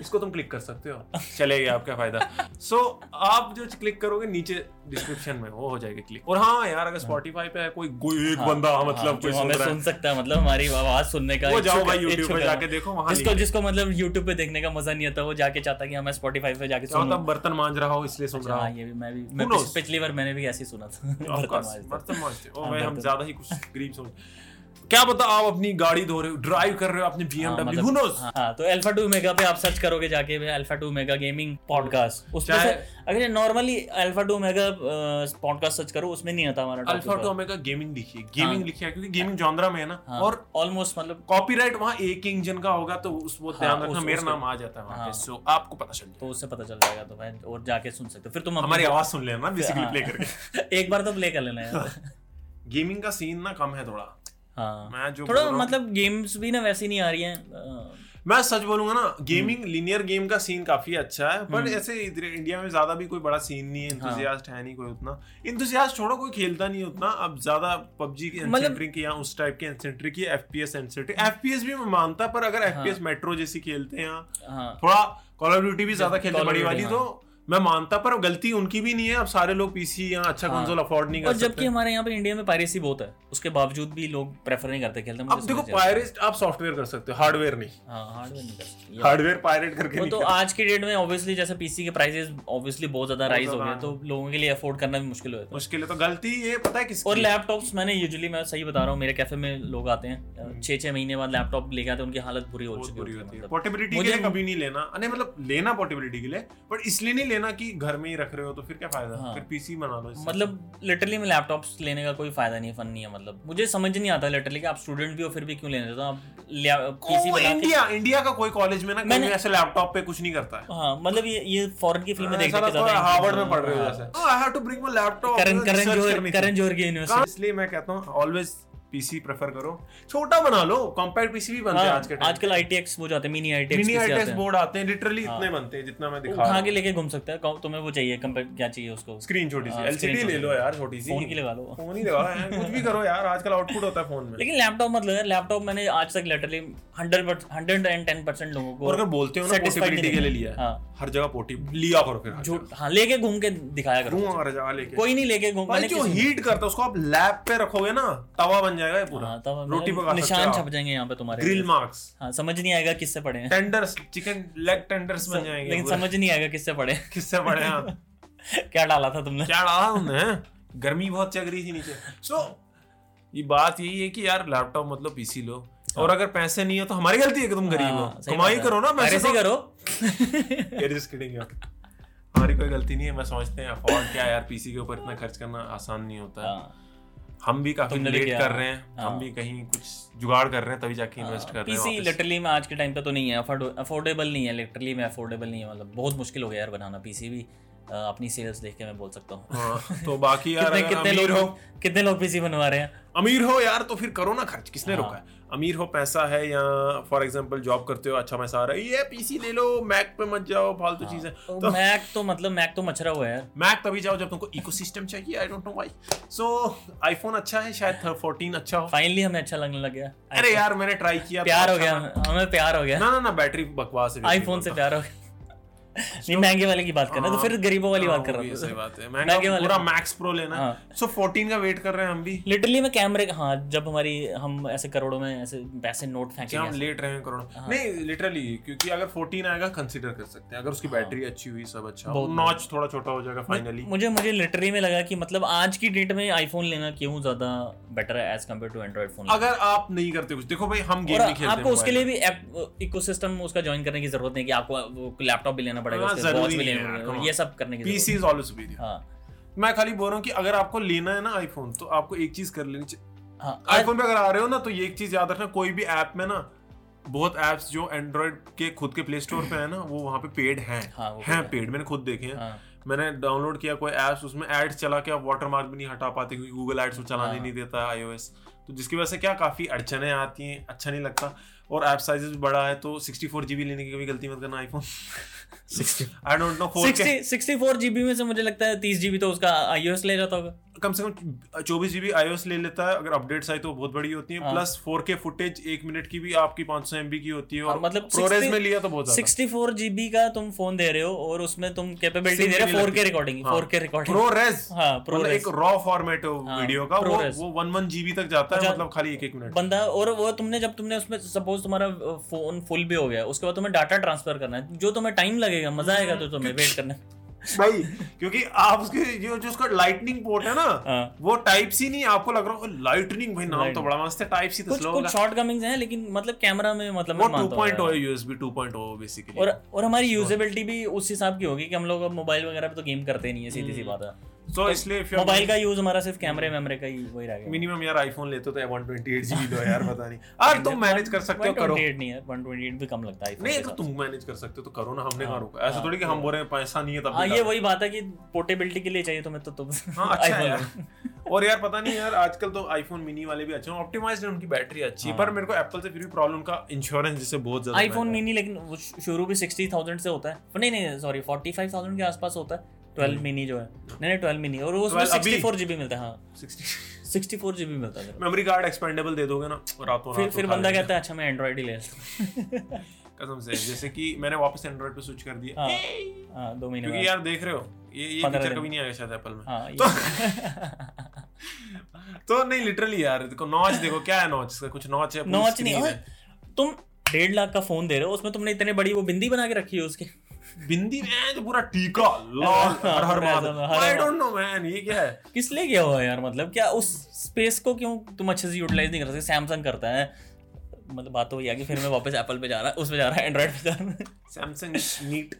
Speaker 1: इसको तुम क्लिक कर सकते हो चलेगा आपका फायदा सो आप जो क्लिक करोगे नीचे डिस्क्रिप्शन में वो हो जाएगा क्लिक और हाँ यार अगर स्पॉटिफाई पे है कोई कोई एक
Speaker 2: हाँ,
Speaker 1: बंदा
Speaker 2: हाँ,
Speaker 1: मतलब कोई
Speaker 2: जो
Speaker 1: सुन
Speaker 2: हमें
Speaker 1: रहा
Speaker 2: सुन सकता है मतलब हमारी आवाज सुनने का
Speaker 1: है वो
Speaker 2: इच्छुक
Speaker 1: जाओ
Speaker 2: है-
Speaker 1: भाई YouTube
Speaker 2: इच्छुक
Speaker 1: पे
Speaker 2: है।
Speaker 1: जाके देखो वहां
Speaker 2: जिसको जिसको मतलब YouTube पे देखने का मजा नहीं आता वो जाके चाहता कि हमें Spotify पे जाके सुनो
Speaker 1: तब हाँ, तो बर्तन मांझ रहा हो इसलिए सुन रहा
Speaker 2: हाँ
Speaker 1: हूँ
Speaker 2: ये भी मैं भी मैं
Speaker 1: Who knows?
Speaker 2: पिछ- पिछली बार मैंने भी ऐसे ही सुना था
Speaker 1: Of
Speaker 2: हाँ, बर्तन
Speaker 1: course,
Speaker 2: मांजते।
Speaker 1: बर्तन मांझते ओ
Speaker 2: हाँ,
Speaker 1: भाई हम
Speaker 2: बर्तन।
Speaker 1: ज्यादा ही कुछ गरीब सोच क्या पता आप अपनी गाड़ी धो रहे हो ड्राइव कर रहे हो अपने
Speaker 2: हाँ,
Speaker 1: BMW
Speaker 2: मतलब-
Speaker 1: who knows
Speaker 2: हाँ, हाँ, तो अल्फा टू मेगा पे आप सर्च करोगे जाके alpha to mega gaming podcast उसमें से अगर normally alpha to mega podcast search करो उसमें नहीं आता हमारा
Speaker 1: अल्फा टू ओमेगा गेमिंग लिखिए
Speaker 2: हाँ।
Speaker 1: गेमिंग लिखिए क्योंकि गेमिंग जॉनरा में है ना और
Speaker 2: और ऑलमोस्ट मतलब
Speaker 1: कॉपीराइट वहाँ एक इंजन का होगा तो उस वो ध्यान
Speaker 2: हाँ, उस-
Speaker 1: रखना मेरा
Speaker 2: उस-
Speaker 1: नाम आ जाता है वहाँ पे
Speaker 2: हाँ।
Speaker 1: सो आपको पता चल जाए
Speaker 2: तो उससे पता चल जाएगा तो भाई और जाके सुन सकते हो फिर तुम अपनी-
Speaker 1: हमारी आवाज सुन लेना बेसिकली
Speaker 2: तो- हाँ।
Speaker 1: प्ले करके
Speaker 2: एक बार तो प्ले कर लेना
Speaker 1: हाँ।
Speaker 2: यार
Speaker 1: गेमिंग का सीन ना कम है थोड़ा
Speaker 2: हाँ
Speaker 1: मैं जो
Speaker 2: थोड़ा
Speaker 1: बोल रहा हूँ-
Speaker 2: मतलब गेम्स भी ना वैसी नहीं आ रही हैं
Speaker 1: मैं सच बोलूंगा ना
Speaker 2: हम्म।
Speaker 1: गेमिंग लिनियर गेम का सीन काफी अच्छा है पर ऐसे इधर इंडिया में ज्यादा भी कोई बड़ा सीन नहीं है
Speaker 2: हाँ।
Speaker 1: इंतुजियास्ट है नहीं कोई उतना इंतुजियास्ट छोड़ो कोई खेलता नहीं उतना अब ज्यादा पबजी के
Speaker 2: मतलब-
Speaker 1: एनसेंट्रिक या उस टाइप के एनसेंट्रिक या एफपीएस एनसेंट्रिक एफपीएस भी मैं मानता पर अगर
Speaker 2: हाँ।
Speaker 1: एफपीएस मेट्रो जैसी खेलते हैं यहाँ,
Speaker 2: अ, हाँ
Speaker 1: थोड़ा कॉल ऑफ ड्यूटी भी ज्यादा
Speaker 2: Call
Speaker 1: खेलते
Speaker 2: of
Speaker 1: बड़ी
Speaker 2: Duty,
Speaker 1: वाली
Speaker 2: हाँ।
Speaker 1: तो मैं मानता पर गलती उनकी भी नहीं है अब सारे लोग पीसी या अच्छा
Speaker 2: हाँ।
Speaker 1: कंसोल अफोर्ड नहीं
Speaker 2: और
Speaker 1: कर
Speaker 2: जबकि
Speaker 1: सकते
Speaker 2: हमारे यहाँ पे इंडिया में पायरेसी बहुत है उसके बावजूद भी लोग प्रेफर नहीं करते खेलते मुझे
Speaker 1: अब देखो
Speaker 2: समझ नहीं आता।
Speaker 1: पायरेट आप सॉफ्टवेयर कर सकते हो हार्डवेयर नहीं
Speaker 2: हाँ hardware नहीं कर सकते ये-
Speaker 1: हार्डवेयर पायरेट करके
Speaker 2: वो
Speaker 1: नहीं
Speaker 2: तो आज के डेट में ऑब्वियसली जैसे पीसी के प्राइसेस ऑब्वियसली बहुत ज्यादा राइज हो गए
Speaker 1: ज्यादा
Speaker 2: तो लोगों के लिए अफोर्ड करना भी मुश्किल हो जाता है
Speaker 1: मुश्किल है तो गलती ये पता है किसकी
Speaker 2: और
Speaker 1: है?
Speaker 2: लैपटॉप्स मैंने यूजुअली मैं सही बता रहा हूँ मेरे कैफे में लोग आते हैं छः छः महीने बाद लैपटॉप लेके आते हैं उनकी हालत बुरी हो
Speaker 1: हम्म। बहुत
Speaker 2: चुकी
Speaker 1: बुरी होती
Speaker 2: होती
Speaker 1: है
Speaker 2: है मतलब
Speaker 1: पोर्टेबिलिटी के
Speaker 2: मुझे-
Speaker 1: लिए कभी नहीं लेना अरे मतलब लेना पोर्टेबिलिटी के लिए बट इसलिए नहीं लेना कि घर में ही रख रहे हो तो फिर क्या फायदा
Speaker 2: हाँ।
Speaker 1: फिर पीसी बना लो इससे।
Speaker 2: मतलब लिटरली में लैपटॉप्स लेने का कोई फायदा नहीं है फन नहीं है मतलब मुझे समझ नहीं आता लिटरली कि आप स्टूडेंट भी हो फिर भी क्यों लेने देते हो आप
Speaker 1: को-
Speaker 2: पीसी मतलब बना के
Speaker 1: इंडिया इंडिया का कोई कॉलेज में ना कोई
Speaker 2: मैंने-
Speaker 1: ऐसे लैपटॉप पे कुछ नहीं करता है
Speaker 2: हाँ मतलब ये ये फॉरेन की
Speaker 1: हाँ,
Speaker 2: फिल्में देखने के ज्यादा
Speaker 1: हार्वर्ड में
Speaker 2: interest
Speaker 1: पढ़ रहे हो
Speaker 2: हाँ।
Speaker 1: जैसे I have to bring my laptop
Speaker 2: Karan Karan Johar Karan Johar की यूनिवर्सिटी
Speaker 1: इसलिए मैं कहता हूँ ऑलवेज पीसी प्रेफर करो छोटा बना लो कॉम्पैक्ट पीसी भी
Speaker 2: हाँ,
Speaker 1: बनते हैं आज के टाइम
Speaker 2: आजकल आईटीएक्स हो जाते हैं मिनी आईटीएक्स
Speaker 1: मिनी
Speaker 2: किसी
Speaker 1: आईटीएस
Speaker 2: आते हैं हाँ।
Speaker 1: बोर्ड आते हैं लिटरली इतने बनते हैं जितना मैं दिखा रहा
Speaker 2: उठा
Speaker 1: हूँ
Speaker 2: के लेके घूम सकता है कहो, तुम्हें वो चाहिए कंपेयर क्या चाहिए उसको
Speaker 1: स्क्रीन छोटी सी
Speaker 2: हाँ, screen
Speaker 1: एलसीडी ले
Speaker 2: छोटी
Speaker 1: लो यार छोटी सी
Speaker 2: फोन की लगा लो
Speaker 1: फोन ही लगाओ यार कुछ भी करो यार आजकल आउटपुट होता है फोन में
Speaker 2: लेकिन लैपटॉप मतलब यार लैपटॉप मैंने आज तक literally hundred hundred and ten percent लोगों
Speaker 1: और अगर
Speaker 2: को
Speaker 1: बोलते हो ना
Speaker 2: satisfied
Speaker 1: पोर्टेबिलिटी के
Speaker 2: नहीं
Speaker 1: लिए
Speaker 2: है।
Speaker 1: लिया है
Speaker 2: हाँ
Speaker 1: हर जगह पोर्टी लिया करो फिर हर जगह।
Speaker 2: झूठ हाँ लेके घूम के दिखाया करो
Speaker 1: क्यों हर जगह लेके
Speaker 2: कोई नहीं लेके घूम
Speaker 1: भाई
Speaker 2: मैंने
Speaker 1: जो
Speaker 2: किसी-
Speaker 1: हीट करता है उसको आप लैब पे रखोगे ना तवा बन जाएगा ये पूरा
Speaker 2: हाँ, तो अब
Speaker 1: रोटी
Speaker 2: मेरा
Speaker 1: पका सकते
Speaker 2: निशान
Speaker 1: हो
Speaker 2: छप जाएंगे यहाँ पे तुम्हारे
Speaker 1: ग्रिल मार्क्स
Speaker 2: हाँ समझ नहीं आएगा किससे पड़े हैं
Speaker 1: टेंडर्स चिकन लेग टेंडर्स बन जाएंगे
Speaker 2: लेकिन
Speaker 1: पूरे।
Speaker 2: समझ नहीं आएगा किससे पड़े हैं।
Speaker 1: किससे पड़े हैं आप?
Speaker 2: क्या डाला था तुमने
Speaker 1: क्या डाला तुमने गर्मी बहुत चग रही थी नीचे सो ये बात यही है कि यार लैपटॉप मतलब पीसी लो और अगर पैसे नहीं हो तो हमारी गलती है कि तुम गरीब हो
Speaker 2: हाँ, सही
Speaker 1: कमाई
Speaker 2: बात है।
Speaker 1: करो ना पैसे
Speaker 2: ऐसे
Speaker 1: तो-
Speaker 2: करो
Speaker 1: यार just kidding यार हमारी कोई गलती नहीं है मैं समझते हैं अफोर्ड क्या है यार पीसी के ऊपर इतना खर्च करना आसान नहीं होता है
Speaker 2: हाँ।
Speaker 1: हम भी काफी
Speaker 2: तुमने भी
Speaker 1: लेट
Speaker 2: किया।
Speaker 1: कर रहे हैं हम
Speaker 2: हाँ।
Speaker 1: भी कहीं कुछ जुगाड़ कर रहे हैं तभी जाके इन्वेस्ट कर रहे हैं
Speaker 2: पीसी
Speaker 1: वापस।
Speaker 2: लिटरली में आज के टाइम पे तो नहीं है अफोर्डेबल नहीं है लिटरली में अफोर्डेबल नहीं है मतलब बहुत मुश्किल हो गया यार बनाना पीसी भी अ, अपनी सेल्स देख के मैं बोल सकता हूँ
Speaker 1: हाँ, तो बाकी यार अगर
Speaker 2: कितने कितने
Speaker 1: अमीर हो
Speaker 2: लोग कितने लोग पीसी बनवा रहे हैं
Speaker 1: अमीर हो यार तो फिर करो ना खर्च किसने
Speaker 2: हाँ।
Speaker 1: रोका है अमीर हो पैसा है या फॉर एग्जांपल जॉब करते हो अच्छा पैसा आ रहा है ये पीसी ले लो मैक पे मत जाओ फालतू
Speaker 2: हाँ।
Speaker 1: चीजें तो
Speaker 2: मैक तो मतलब मैक तो मचरा हुआ है यार
Speaker 1: मैक तभी जाओ जब तुमको इकोसिस्टम चाहिए I don't know why so iPhone अच्छा है शायद 14 अच्छा हो
Speaker 2: फाइनली हमें अच्छा लगने लग गया
Speaker 1: अरे यार मैंने ट्राई किया तो
Speaker 2: प्यार हो
Speaker 1: अच्छा
Speaker 2: गया
Speaker 1: ना-
Speaker 2: हमें प्यार हो गया
Speaker 1: ना ना ना बैटरी बकवास है
Speaker 2: आईफोन से प्यार हो गया नहीं महंगे वाले की बात कर रहा तो फिर गरीबों वाली बात कर
Speaker 1: हाँ, वो भी
Speaker 2: रहा
Speaker 1: सही
Speaker 2: था
Speaker 1: बात है
Speaker 2: महंगे
Speaker 1: महंगा
Speaker 2: वाले
Speaker 1: पूरा मैक्स प्रो लेना
Speaker 2: हाँ।
Speaker 1: सो 14 का वेट कर रहे हैं हम भी
Speaker 2: लिटरली मैं कैमरे हाँ जब हमारी हम ऐसे करोड़ों में ऐसे पैसे नोट फेंके
Speaker 1: क्या अच्छा, हम लेट रहे हैं
Speaker 2: हाँ।
Speaker 1: करोड़ों नहीं लिटरली क्योंकि अगर 14 आएगा कंसीडर कर सकते हैं अगर
Speaker 2: हाँ।
Speaker 1: उसकी बैटरी अच्छी हुई सब अच्छा नॉच थोड़ा छोटा हो जाएगा फाइनली
Speaker 2: मुझे मुझे लिटरली में लगा कि मतलब आज की डेट में आईफोन लेना क्यों ज्यादा बेटर है as compared to Android phone
Speaker 1: अगर आप नहीं करते कुछ देखो भाई हम
Speaker 2: और
Speaker 1: गेम नहीं खेलते
Speaker 2: आपको उसके
Speaker 1: mobile
Speaker 2: लिए भी इकोसिस्टम उसका ज्वाइन करने की जरूरत नहीं कि आपको लैपटॉप भी लेना पड़ेगा
Speaker 1: हाँ,
Speaker 2: उसके
Speaker 1: जरूरी
Speaker 2: वॉच भी
Speaker 1: नहीं
Speaker 2: लेना
Speaker 1: है यार,
Speaker 2: पड़ेगा
Speaker 1: come on.
Speaker 2: ये सब करने की
Speaker 1: में।
Speaker 2: जरूरत
Speaker 1: PC is always superior।
Speaker 2: नहीं। हाँ
Speaker 1: मैं खाली बोल रहा हूँ कि अगर आपको लेना है ना आईफोन तो आपको एक चीज कर लेनी चाहिए
Speaker 2: हाँ
Speaker 1: आईफोन पे अगर आ रहे हो ना तो ये एक चीज याद रखना कोई भी ऐप में ना बहुत ऐप्स जो एंड्रॉइड के खुद के प्ले स्टोर पे है ना वो वहाँ पे पेड हैं
Speaker 2: हाँ, वो
Speaker 1: हैं
Speaker 2: paid
Speaker 1: पेड मैंने खुद देखे हैं
Speaker 2: हाँ।
Speaker 1: मैंने डाउनलोड किया कोई ऐप्स उसमें एड्स चला के आप वाटरमार्क भी नहीं हटा पाते क्योंकि गूगल एड्स वो चलाने
Speaker 2: हाँ।
Speaker 1: नहीं देता आईओएस तो जिसकी वजह से क्या काफी अड़चने आती हैं अच्छा नहीं लगता और ऐप साइज भी बड़ा है तो 64 जीबी लेने की कभी गलती मत करना iPhone I don't know 4K
Speaker 2: 60 64 GB में से मुझे लगता है 30 जीबी तो उसका आईओएस ले जाता होगा
Speaker 1: कम से कम चौबीस जीबी iOS ले लेता है अगर अपडेट्स आई तो बहुत बड़ी होती है
Speaker 2: हाँ।
Speaker 1: प्लस 4K फुटेज एक मिनट की भी आपकी 500 सौ की होती है
Speaker 2: हाँ,
Speaker 1: और
Speaker 2: मतलब
Speaker 1: मतलब प्रोरेस
Speaker 2: 60
Speaker 1: में लिया तो बहुत ज्यादा
Speaker 2: 64 जीबी का तुम फोन दे रहे हो और उसमें तुम कैपेबिलिटी दे रहे हो 4K recording 4K recording
Speaker 1: ProRes
Speaker 2: हाँ
Speaker 1: मतलब
Speaker 2: प्रोरेस
Speaker 1: हाँ। एक रॉ फॉर्मेट है
Speaker 2: हाँ,
Speaker 1: वीडियो का वो
Speaker 2: ProRes।
Speaker 1: वो 11 जीबी तक जाता है
Speaker 2: अच्छा,
Speaker 1: मतलब खाली एक एक मिनट
Speaker 2: बंदा और वो तुमने जब तुमने उसमें सपोज तुम्हारा फोन फुल भी हो गया उसके बाद तुम्हें डाटा ट्रांसफर करना है जो तुम्हें टाइम लगेगा मजा आएगा तो तुम्हें वेट करने में।
Speaker 1: भाई क्योंकि आप उसके जो जो उसका लाइटनिंग पोर्ट है ना
Speaker 2: हाँ
Speaker 1: वो टाइप सी नहीं आपको लग रहा है लाइटनिंग भाई नाम तो
Speaker 2: Lightning।
Speaker 1: बड़ा मस्त है टाइप सी तो
Speaker 2: कुछ
Speaker 1: स्लो
Speaker 2: कुछ
Speaker 1: होगा
Speaker 2: शॉर्ट कमिंग्स हैं लेकिन मतलब कैमरा में मतलब मैं
Speaker 1: वो
Speaker 2: मानता हूँ
Speaker 1: 2.0
Speaker 2: यार।
Speaker 1: यूएसबी 2.0 बेसिकली
Speaker 2: और और हमारी यूजेबिलिटी भी उस हिसाब की होगी कि हम लोग अब मोबाइल वगैरह पे तो गेम करते नहीं है सीधी
Speaker 1: Hmm।
Speaker 2: सी बात है
Speaker 1: सो इसलिए if you're-
Speaker 2: मोबाइल का यूज हमारा सिर्फ कैमरे वैमरे का ही वही रह गया
Speaker 1: मिनिमम यार आईफोन लेते हो तो 128 जीबी दो यार पता नहीं यार तुम मैनेज कर सकते हो करो
Speaker 2: 128 नहीं है 128 भी कम लगता है iPhone
Speaker 1: नहीं
Speaker 2: के
Speaker 1: अगर
Speaker 2: साथ।
Speaker 1: तुम मैनेज कर सकते हो तो करो ना हमने कहाँ रोका ऐसा थोड़ी कि हम बोल रहे हैं पैसा नहीं है तब
Speaker 2: तो हाँ
Speaker 1: भी
Speaker 2: ये
Speaker 1: डालो।
Speaker 2: वही बात है कि पोर्टेबिलिटी के लिए चाहिए तुम्हें तो तुम
Speaker 1: हाँ अच्छा है
Speaker 2: iPhone
Speaker 1: यार
Speaker 2: लो।
Speaker 1: और यार पता नहीं यार आजकल तो आईफोन मिनी वाले भी अच्छे हैं ऑप्टिमाइज्ड है उनकी बैटरी अच्छी
Speaker 2: हाँ।
Speaker 1: है पर मेरे को एप्पल से फिर भी प्रॉब्लम का इंश्योरेंस जिसे बहुत ज्यादा
Speaker 2: आईफोन मिनी लेकिन वो शु- शुरू भी 60000 से होता है नहीं नहीं सॉरी 45000 के आसपास होता है 12 मिनी जो है नहीं नहीं 12 मिनी और वो उसमें
Speaker 1: 12 हम्म। अभी?
Speaker 2: 64 जीबी मिलता है हाँ
Speaker 1: 60
Speaker 2: 64 जीबी मिलता है मेरे को।
Speaker 1: मेमोरी कार्ड एक्सपेंडेबल दे दोगे ना रातों
Speaker 2: फिर
Speaker 1: रात
Speaker 2: फिर
Speaker 1: उठा
Speaker 2: बंदा
Speaker 1: लेंगे।
Speaker 2: कहता है अच्छा मैं एंड्रॉइड ही ले लेता हूँ।"
Speaker 1: कसम से जैसे कि मैंने वापस एंड्रॉइड पे स्विच कर दिया
Speaker 2: हाँ हाँ दो महीने
Speaker 1: क्योंकि
Speaker 2: बाद
Speaker 1: यार देख रहे हो ये ये
Speaker 2: पंद्रह
Speaker 1: फीचर
Speaker 2: दिन।
Speaker 1: कभी नहीं आएगा शायद एप्पल में
Speaker 2: हाँ
Speaker 1: तो-
Speaker 2: ये-
Speaker 1: तो नहीं लिटरली यार देखो नॉच देखो क्या है नॉच इसका कुछ नॉच है पूरी
Speaker 2: नॉच
Speaker 1: screen
Speaker 2: नहीं
Speaker 1: है।
Speaker 2: ओए, तुम डेढ़ लाख का फोन दे रहे हो उसमें तुमने इतने बड़ी वो बिंदी बना के रखी है उसकी
Speaker 1: बिंदी में तो पूरा टीका लाल हर हर
Speaker 2: हाँ, ऐसा-
Speaker 1: माधव
Speaker 2: हर-
Speaker 1: आई डोंट नो मैन ये क्या है
Speaker 2: किस लिए किया हुआ है यार मतलब क्या उस स्पेस को क्यों तुम अच्छे से यूटिलाइज नहीं कर सकते सैमसंग करता है मतलब बात तो वही आ गई फिर मैं वापस एप्पल पे जा रहा उस पे जा रहा है एंड्रॉइड पे जा रहा है
Speaker 1: सैमसंग नीट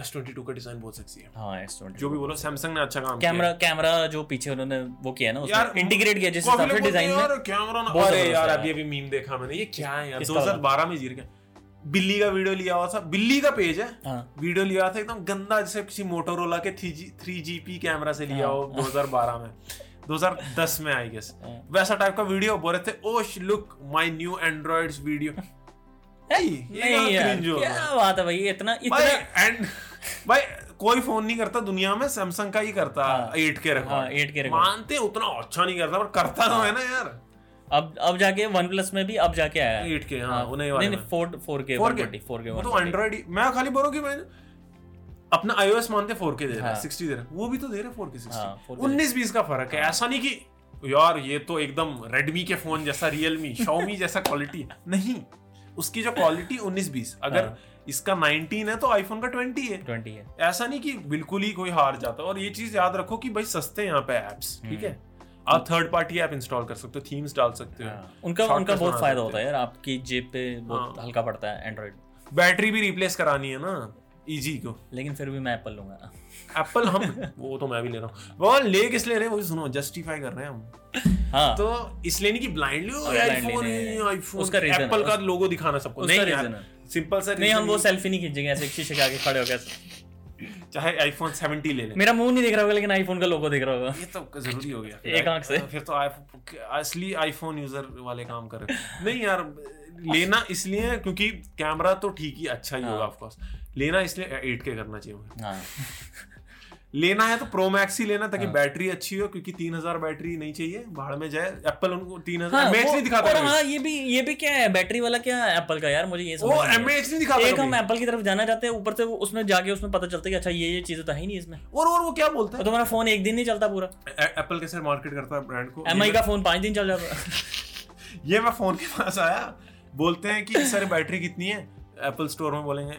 Speaker 1: एस ट्वेंटी टू का डिजाइन बहुत सेक्सी है
Speaker 2: हाँ एस ट्वेंटी
Speaker 1: जो भी बोलो सैमसंग ने अच्छा काम किया
Speaker 2: कैमरा कैमरा जो पीछे उन्होंने वो किया ना
Speaker 1: यार,
Speaker 2: उसमें इंटीग्रेट किया जिस हिसाब से डिजाइन में
Speaker 1: यार कैमरा ना
Speaker 2: बहुत
Speaker 1: अरे
Speaker 2: जबरदस्त
Speaker 1: यार
Speaker 2: है
Speaker 1: अभी अभी मीम देखा मैंने ये क्या है यार
Speaker 2: किसका वाला?
Speaker 1: 2012 में जीर गया बिल्ली का वीडियो लिया हुआ था बिल्ली का पेज है
Speaker 2: हाँ
Speaker 1: वीडियो लिया था एकदम गंदा जैसे किसी मोटोरोला के three G three G P camera से लिया
Speaker 2: हाँ।
Speaker 1: हो 2012 में 2010 में आई गेस
Speaker 2: हाँ।
Speaker 1: वैसा टाइप का वीडियो बोल रहे थे ओश look my new androids video
Speaker 2: नहीं यार क्या बात है भाई ये इतना
Speaker 1: भाई
Speaker 2: इतना
Speaker 1: एंड भाई कोई फोन नहीं करता दुनिया में सैमसंग का ही करता
Speaker 2: हाँ।
Speaker 1: एट के
Speaker 2: हाँ
Speaker 1: रिकॉर्ड
Speaker 2: एट के
Speaker 1: मानते हैं, उतना अच्छा नहीं करता पर करता
Speaker 2: हाँ।
Speaker 1: तो है ना यार
Speaker 2: अब अब जाके वन प्लस में भी अब जाके आया है।
Speaker 1: 8K, हाँ, वो नहीं वाले
Speaker 2: नहीं
Speaker 1: में।
Speaker 2: Four four K
Speaker 1: 4K,
Speaker 2: four K
Speaker 1: वो तो एंड्रॉइड मैं खाली बोल रहा हूँ कि मैं अपना iOS मानते 4K दे रहा है
Speaker 2: हाँ।
Speaker 1: 60 दे रहा है वो भी तो दे रहा है 4K 60
Speaker 2: हाँ, 4K
Speaker 1: 19 20 का फर्क है ऐसा नहीं कि यार ये तो एकदम Redmi के फोन जैसा Realme Xiaomi जैसा क्वालिटी नहीं उसकी जो क्वालिटी 19 20 अगर
Speaker 2: हाँ।
Speaker 1: इसका 19 है तो आईफोन का 20 है
Speaker 2: ट्वेंटी है
Speaker 1: ऐसा नहीं कि बिल्कुल ही कोई हार जाता और ये चीज याद रखो कि भाई सस्ते हैं यहाँ पे एप्स ठीक है आप थर्ड पार्टी ऐप इंस्टॉल कर सकते हो थीम्स डाल सकते हो
Speaker 2: हम्म। हाँ, उनका
Speaker 1: Shortcuts
Speaker 2: उनका
Speaker 1: बना
Speaker 2: बहुत फायदा
Speaker 1: देते
Speaker 2: होता है यार आपकी जेब पे बहुत
Speaker 1: हाँ।
Speaker 2: हल्का पड़ता है एंड्रॉइड
Speaker 1: बैटरी भी रिप्लेस करानी है ना इजी को
Speaker 2: लेकिन फिर भी मैं एप्पल लूंगा
Speaker 1: एप्पल हम वो तो मैं भी ले रहा हूँ वो ले किस ले रहे हैं वो भी सुनो जस्टिफाई कर रहे हैं हम
Speaker 2: हाँ
Speaker 1: तो इसलिए नहीं कि ब्लाइंडली
Speaker 2: blindly
Speaker 1: आईफोन
Speaker 2: नहीं, नहीं।
Speaker 1: आईफोन
Speaker 2: उसका reason
Speaker 1: एप्पल
Speaker 2: है,
Speaker 1: का लोगो दिखाना सबको
Speaker 2: उसका
Speaker 1: नहीं
Speaker 2: reason
Speaker 1: यार सिंपल सा
Speaker 2: नहीं हम
Speaker 1: reason
Speaker 2: वो सेल्फी नहीं खींचेंगे ऐसे शीशे के आगे खड़े होकर
Speaker 1: नहीं, चाहे आईफोन 70 ले ले
Speaker 2: मेरा मुंह नहीं दिख रहा होगा लेकिन आईफोन का लोगो दिख रहा होगा
Speaker 1: ये तो जरूरी हो गया
Speaker 2: एक आंख से।
Speaker 1: फिर तो iPhone- असली आईफोन यूजर वाले काम कर रहे हैं। नहीं यार लेना इसलिए है क्योंकि
Speaker 2: हाँ।
Speaker 1: हाँ। कैमरा तो ठीक ही अच्छा ही होगा ऑफ लेना इसलिए 8K करना चाहिए मुझे।
Speaker 2: हाँ
Speaker 1: लेना है तो प्रो मैक्स ही लेना ताकि बैटरी अच्छी हो क्योंकि तीन हजार बैटरी नहीं चाहिए भाड़ में जाए एप्पल उनको तीन हजार एमएच नहीं दिखाता
Speaker 2: हाँ, और हाँ ये भी ये भी क्या है बैटरी वाला क्या है एप्पल का यार मुझे ये समझ
Speaker 1: वो
Speaker 2: नहीं आया।
Speaker 1: एमएच नहीं दिखाता
Speaker 2: एक हम
Speaker 1: कभी।
Speaker 2: एप्पल की तरफ जाना चाहते हैं ऊपर से वो उसमें जाके उसमें पता चलता है कि अच्छा ये ये चीजें तो है ही नहीं इसमें
Speaker 1: और और वो क्या बोलते
Speaker 2: और
Speaker 1: हैं
Speaker 2: तुम्हारा फोन एक दिन नहीं चलता पूरा
Speaker 1: एप्पल कैसे मार्केट करता है ब्रांड को
Speaker 2: एम
Speaker 1: ये तो-
Speaker 2: का फोन पाँच दिन चल जाता है
Speaker 1: मैं- ये मैं फोन के पास आया बोलते हैं कि सर बैटरी कितनी है एप्पल स्टोर में बोलेंगे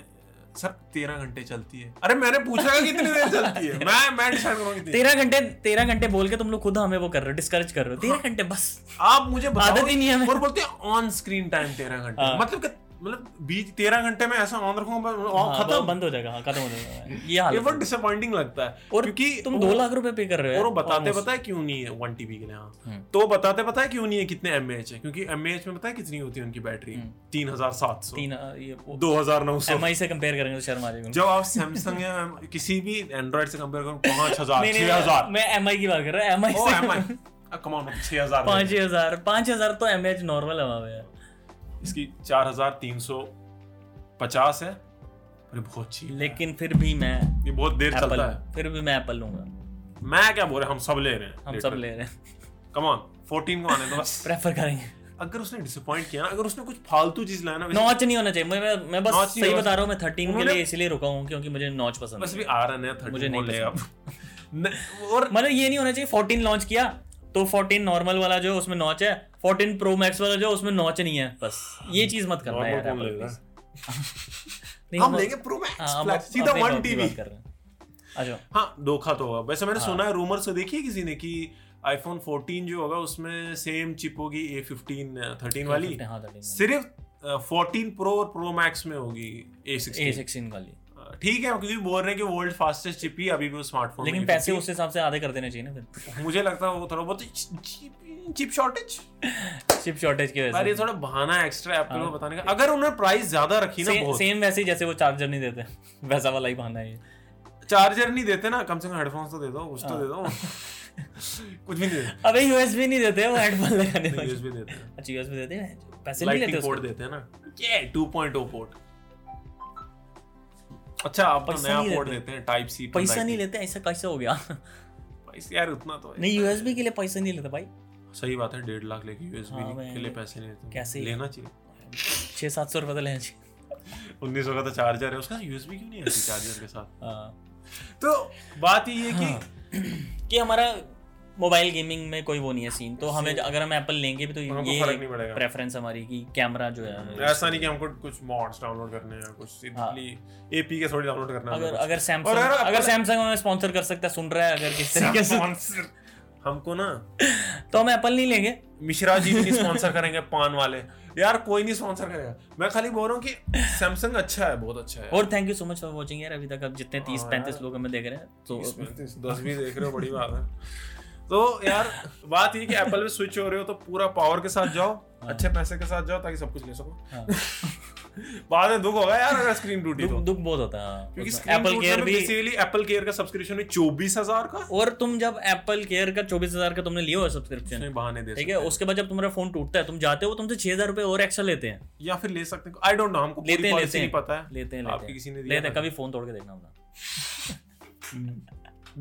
Speaker 1: सर तेरह घंटे चलती है अरे मैंने पूछा है कितनी देर चलती है मैं मैं डिसाइड करूंगा कितनी
Speaker 2: तेरह घंटे तेरह घंटे बोल के तुम लोग खुद हमें वो कर रहे हो डिस्करेज कर रहे हो
Speaker 1: हाँ।
Speaker 2: तेरह घंटे बस
Speaker 1: आप मुझे बताओ
Speaker 2: आदत ही नहीं है हमें।
Speaker 1: और बोलते हैं ऑन स्क्रीन टाइम तेरह घंटे
Speaker 2: हाँ।
Speaker 1: मतलब कि- मतलब बीच तेरह घंटे में ऐसा ऑन रखूंगा मैं-
Speaker 2: हाँ,
Speaker 1: ऑन-
Speaker 2: वो
Speaker 1: खत्म
Speaker 2: बंद हो जाएगा हाँ, खत्म हो जाएगा ये
Speaker 1: ये
Speaker 2: हाल
Speaker 1: बहुत डिसअपॉइंटिंग लगता है
Speaker 2: और
Speaker 1: क्योंकि
Speaker 2: तुम
Speaker 1: वो-
Speaker 2: दो लाख रुपए पे कर रहे हो
Speaker 1: और वो तो
Speaker 2: यार,
Speaker 1: बताते
Speaker 2: almost।
Speaker 1: पता है क्यों नहीं है वन टीबी के लिए हाँ
Speaker 2: हम्म।
Speaker 1: तो वो बताते पता है क्यों नहीं है कितने एम है क्योंकि एम में पता है कितनी होती है उनकी बैटरी तीन हजार सात सौ
Speaker 2: हम्म। तीन अ, ये
Speaker 1: दो हजार नौ सौ
Speaker 2: एम से कंपेयर करेंगे तो शर्म आ जाएगी उनको।
Speaker 1: जब आप सैमसंग या किसी भी एंड्रॉइड से कंपेयर करो पाँच हजार
Speaker 2: नहीं, नहीं,
Speaker 1: छह हजार Oh,
Speaker 2: मैं एम की बात कर रहा हूँ एम
Speaker 1: ओ एम
Speaker 2: से
Speaker 1: कमाओ छह हजार
Speaker 2: पाँच ही हजार पाँच हजार तो एम नॉर्मल है वहाँ पे यार
Speaker 1: इसकी चार हजार तीन सौ पचास है अरे बहुत अच्छी है।
Speaker 2: लेकिन फिर भी मैं
Speaker 1: ये बहुत देर
Speaker 2: एप्पल
Speaker 1: चलता है
Speaker 2: फिर भी मैं एप्पल लूंगा
Speaker 1: मैं क्या बोल रहा हम सब ले रहे हैं
Speaker 2: हम सब ले रहे हैं
Speaker 1: कमॉन 14 को आने दो बस
Speaker 2: प्रेफर करेंगे
Speaker 1: अगर उसने डिसअपॉइंट किया ना अगर उसने कुछ फालतू चीज लाया ना वैसे-
Speaker 2: नॉच नहीं होना चाहिए मैं मैं- मैं बस
Speaker 1: Notch नहीं
Speaker 2: सही
Speaker 1: होना
Speaker 2: बता रहा हूँ मैं थर्टीन के
Speaker 1: उन्होंने-
Speaker 2: लिए इसलिए रुका हूँ क्योंकि मुझे नॉच पसंद
Speaker 1: बस
Speaker 2: है
Speaker 1: भी आ रहा है
Speaker 2: मुझे
Speaker 1: थर्टी
Speaker 2: नहीं
Speaker 1: नहीं ले अब न- और
Speaker 2: मतलब ये नहीं होना चाहिए फोर्टीन लॉन्च किया तो फोर्टीन नॉर्मल वाला जो है, उसमें नॉच है फोर्टीन प्रो मैक्स वाला जो है, उसमें नॉच नहीं है बस ये चीज मत करना
Speaker 1: नॉर्मल
Speaker 2: यार
Speaker 1: Hmm। कौन
Speaker 2: Apple,
Speaker 1: लेगा
Speaker 2: please। नहीं,
Speaker 1: हम लेंगे प्रो
Speaker 2: हाँ, हम-
Speaker 1: मैक्स
Speaker 2: हम
Speaker 1: सीधा
Speaker 2: अपने
Speaker 1: वन
Speaker 2: top की
Speaker 1: टीवी
Speaker 2: बात कर रहे हैं अच्छा
Speaker 1: हाँ धोखा तो होगा वैसे
Speaker 2: हाँ।
Speaker 1: मैंने सुना है रूमर से देखी है किसी ने कि आईफोन 14 जो होगा उसमें सेम चिप होगी ए फिफ्टीन थर्टीन वाली
Speaker 2: हाँ, 13 वाली।
Speaker 1: सिर्फ फोर्टीन प्रो और प्रो मैक्स में होगी ए सिक्सटीन
Speaker 2: A16 वाली
Speaker 1: ठीक है क्योंकि बोल रहे हैं कि वर्ल्ड फास्टेस्ट चिप ही अभी भी वो स्मार्टफोन
Speaker 2: लेकिन पैसे उस हिसाब से आधे कर देने चाहिए ना फिर
Speaker 1: मुझे लगता है वो थोड़ा बहुत चिप शॉर्टेज
Speaker 2: चिप शॉर्टेज की
Speaker 1: पर ये
Speaker 2: वजह
Speaker 1: थोड़ा बहाना है एक्स्ट्रा एप्पल
Speaker 2: हाँ।
Speaker 1: को बताने का अगर उन्होंने प्राइस ज्यादा रखी ना
Speaker 2: से
Speaker 1: तो बहुत
Speaker 2: सेम वैसे ही जैसे वो चार्जर नहीं देते वैसा वाला ही बहाना है ये
Speaker 1: चार्जर नहीं देते ना कम से कम हेडफोन्स तो दे दो कुछ
Speaker 2: हाँ।
Speaker 1: तो दे दो कुछ भी नहीं देते
Speaker 2: अबे यूएसबी नहीं देते वो हेडफोन लगाने
Speaker 1: नहीं,
Speaker 2: वाले
Speaker 1: USB देते हैं
Speaker 2: अच्छा यूएसबी देते हैं पैसे नहीं लेते
Speaker 1: लाइटनिंग
Speaker 2: उसके
Speaker 1: पोर्ट देते हैं ना ये 2.0 पोर्ट oh अच्छा आप तो
Speaker 2: पैसा
Speaker 1: नया
Speaker 2: नहीं
Speaker 1: पोर्ट
Speaker 2: लेते।
Speaker 1: देते हैं टाइप सी
Speaker 2: पैसा नहीं लेते ऐसा कैसे हो गया
Speaker 1: पैसे यार उतना तो है।
Speaker 2: नहीं यूएसबी के लिए पैसे नहीं लेता भाई
Speaker 1: सही बात है डेढ़ लाख लेके यूएसबी
Speaker 2: हाँ, मैं-
Speaker 1: के लिए पैसे नहीं लेते
Speaker 2: कैसे ही-
Speaker 1: लेना चाहिए
Speaker 2: छः सात सौ रुपये तो लेना चाहिए
Speaker 1: उन्नीस सौ का तो चार्जर है उसका यूएसबी क्यों नहीं है चार्जर के साथ
Speaker 2: हाँ।
Speaker 1: तो बात ये है कि हाँ।
Speaker 2: कि हमारा मोबाइल गेमिंग में कोई वो नहीं है सीन तो हमें अगर हम एप्पल लेंगे भी तो
Speaker 1: हमको
Speaker 2: ये
Speaker 1: फर्क नहीं पड़ेगा।
Speaker 2: प्रेफरेंस हमारी की कैमरा जो हाँ, है हमें-
Speaker 1: ऐसा नहीं कि हमको कुछ मॉड्स डाउनलोड करने हैं कुछ सिंपली एपी के थोड़ी डाउनलोड करना
Speaker 2: अगर
Speaker 1: है
Speaker 2: अगर
Speaker 1: और
Speaker 2: सैमसंग
Speaker 1: अगर
Speaker 2: अगर
Speaker 1: Apple-
Speaker 2: सैमसंग हमें स्पॉन्सर कर सकता है सुन रहा है अगर किस तरीके से
Speaker 1: Sponsor- हमको ना
Speaker 2: तो हम एप्पल नहीं लेंगे
Speaker 1: मिश्रा जी भी नहीं स्पॉन्सर करेंगे पान वाले यार कोई नहीं स्पॉन्सर करेगा मैं खाली बोल रहा हूँ कि सैमसंग अच्छा है बहुत अच्छा है
Speaker 2: और thank you so much for watching यार अभी तक आप जितने तीस
Speaker 1: हाँ
Speaker 2: पैंतीस
Speaker 1: यार।
Speaker 2: लोग हमें देख रहे हैं तो
Speaker 1: इसमें दस भी देख रहे हो बड़ी बात है तो यार बात ये कि एप्पल में स्विच हो रहे हो तो पूरा पावर के साथ जाओ अच्छे पैसे के साथ जाओ ताकि सब कुछ ले सको
Speaker 2: हाँ।
Speaker 1: बाद में दुख होगा यार अगर स्क्रीन टूटी
Speaker 2: दुख
Speaker 1: तो
Speaker 2: दुख बहुत होता है
Speaker 1: क्योंकि
Speaker 2: हाँ।
Speaker 1: स्क्रीन
Speaker 2: एप्पल केयर भी
Speaker 1: बेसिकली एप्पल केयर का सब्सक्रिप्शन है चौबीस हजार का
Speaker 2: और तुम जब एप्पल केयर का चौबीस हजार का तुमने लिया हुआ सब्सक्रिप्शन
Speaker 1: उसमें बहाने दे
Speaker 2: ठीक
Speaker 1: सकते
Speaker 2: है उसके बाद जब तुम्हारा फोन टूटता है तुम जाते हो तुमसे छह हजार रुपए और एक्स्ट्रा लेते हैं
Speaker 1: हैं। या फिर ले सकते हैं आई डोंट नो हमको
Speaker 2: लेते
Speaker 1: पूरी
Speaker 2: हैं
Speaker 1: पॉलिसी
Speaker 2: लेते हैं
Speaker 1: नहीं पता है
Speaker 2: लेते हैं
Speaker 1: आपकी
Speaker 2: लेते
Speaker 1: किसी
Speaker 2: हैं
Speaker 1: ने दिया
Speaker 2: लेते हैं कभी फोन तोड़ के देखना अपना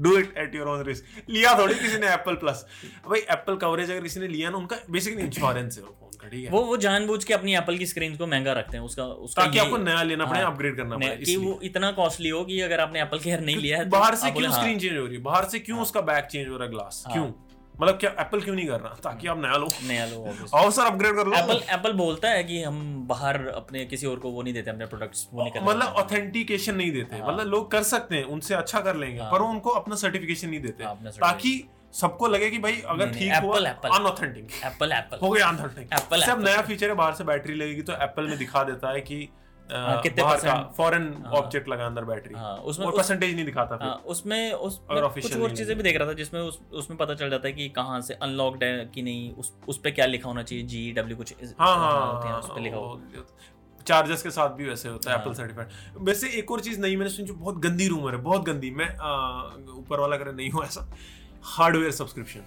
Speaker 1: do it at your own risk लिया थोड़ी किसी ने एप्पल प्लस भाई एप्पल कवरेज अगर किसी ने लिया ना उनका बेसिकली इंश्योरेंस है वो फोन का ठीक है
Speaker 2: वो वो जानबूझ के अपनी एप्पल की स्क्रीन को महंगा रखते हैं उसका उसका
Speaker 1: ताकि
Speaker 2: ये-
Speaker 1: आपको नया लेना पड़े
Speaker 2: हाँ,
Speaker 1: अपग्रेड करना
Speaker 2: नहीं,
Speaker 1: पड़े
Speaker 2: कि
Speaker 1: इसलिए।
Speaker 2: वो इतना कॉस्टली हो कि अगर आपने एप्पल केयर नहीं लिया है तो
Speaker 1: बाहर से
Speaker 2: आप बोले,
Speaker 1: क्यों
Speaker 2: हाँ,
Speaker 1: स्क्रीन चेंज हो रही है बाहर से क्यों उसका बैक चेंज हो रहा है ग्लास क्यों मतलब क्या एप्पल क्यों नहीं कर रहा ताकि आप नया लो
Speaker 2: नया लो obviously।
Speaker 1: आओ सर अपग्रेड कर लो
Speaker 2: एप्पल एप्पल बोलता है कि हम बाहर अपने किसी और को वो नहीं देते अपने प्रोडक्ट्स वो नहीं हाँ। करते
Speaker 1: मतलब ऑथेंटिकेशन नहीं देते मतलब लोग कर सकते हैं उनसे अच्छा कर लेंगे पर वो उनको अपना सर्टिफिकेशन नहीं
Speaker 2: हाँ, अपना
Speaker 1: देते
Speaker 2: certificate।
Speaker 1: ताकि सबको लगे कि भाई अगर
Speaker 2: नहीं,
Speaker 1: ठीक
Speaker 2: नहीं,
Speaker 1: हुआ
Speaker 2: Apple, Apple।
Speaker 1: Unauthentic
Speaker 2: Apple Apple
Speaker 1: हो गया अनऑथेंटिक
Speaker 2: Apple,
Speaker 1: सब
Speaker 2: Apple।
Speaker 1: नया फीचर है बाहर से बैटरी लगेगी तो एप्पल में दिखा देता है कि अ,
Speaker 2: हाँ, कितने
Speaker 1: बाहर का
Speaker 2: percent?
Speaker 1: फॉरेन ऑब्जेक्ट लगा अंदर बैटरी
Speaker 2: हाँ उसमें
Speaker 1: और
Speaker 2: उस,
Speaker 1: परसेंटेज नहीं दिखाता
Speaker 2: हाँ,
Speaker 1: फिर
Speaker 2: उसमें उस
Speaker 1: अगर
Speaker 2: मैं कुछ
Speaker 1: official
Speaker 2: और
Speaker 1: नहीं
Speaker 2: चीजें भी देख रहा था जिसमें उस, उसमें पता चल जाता है कि कहाँ से अनलॉकड है कि नहीं उस उस पे क्या लिखा होना चाहिए जी डब्ल्यू कुछ इस-
Speaker 1: हाँ
Speaker 2: होते हैं, उस पे लिखा हाँ। हो
Speaker 1: हाँ चार्जर्स के साथ भी वैसे होता है एप्पल सर्टिफाइड वैसे एक और चीज नहीं मैंने सुनी जो बहुत गंदी रूमर है बहुत गंदी मैं अ, ऊपर वाला अगर नहीं हुआ ऐसा हार्डवेयर सब्सक्रिप्शन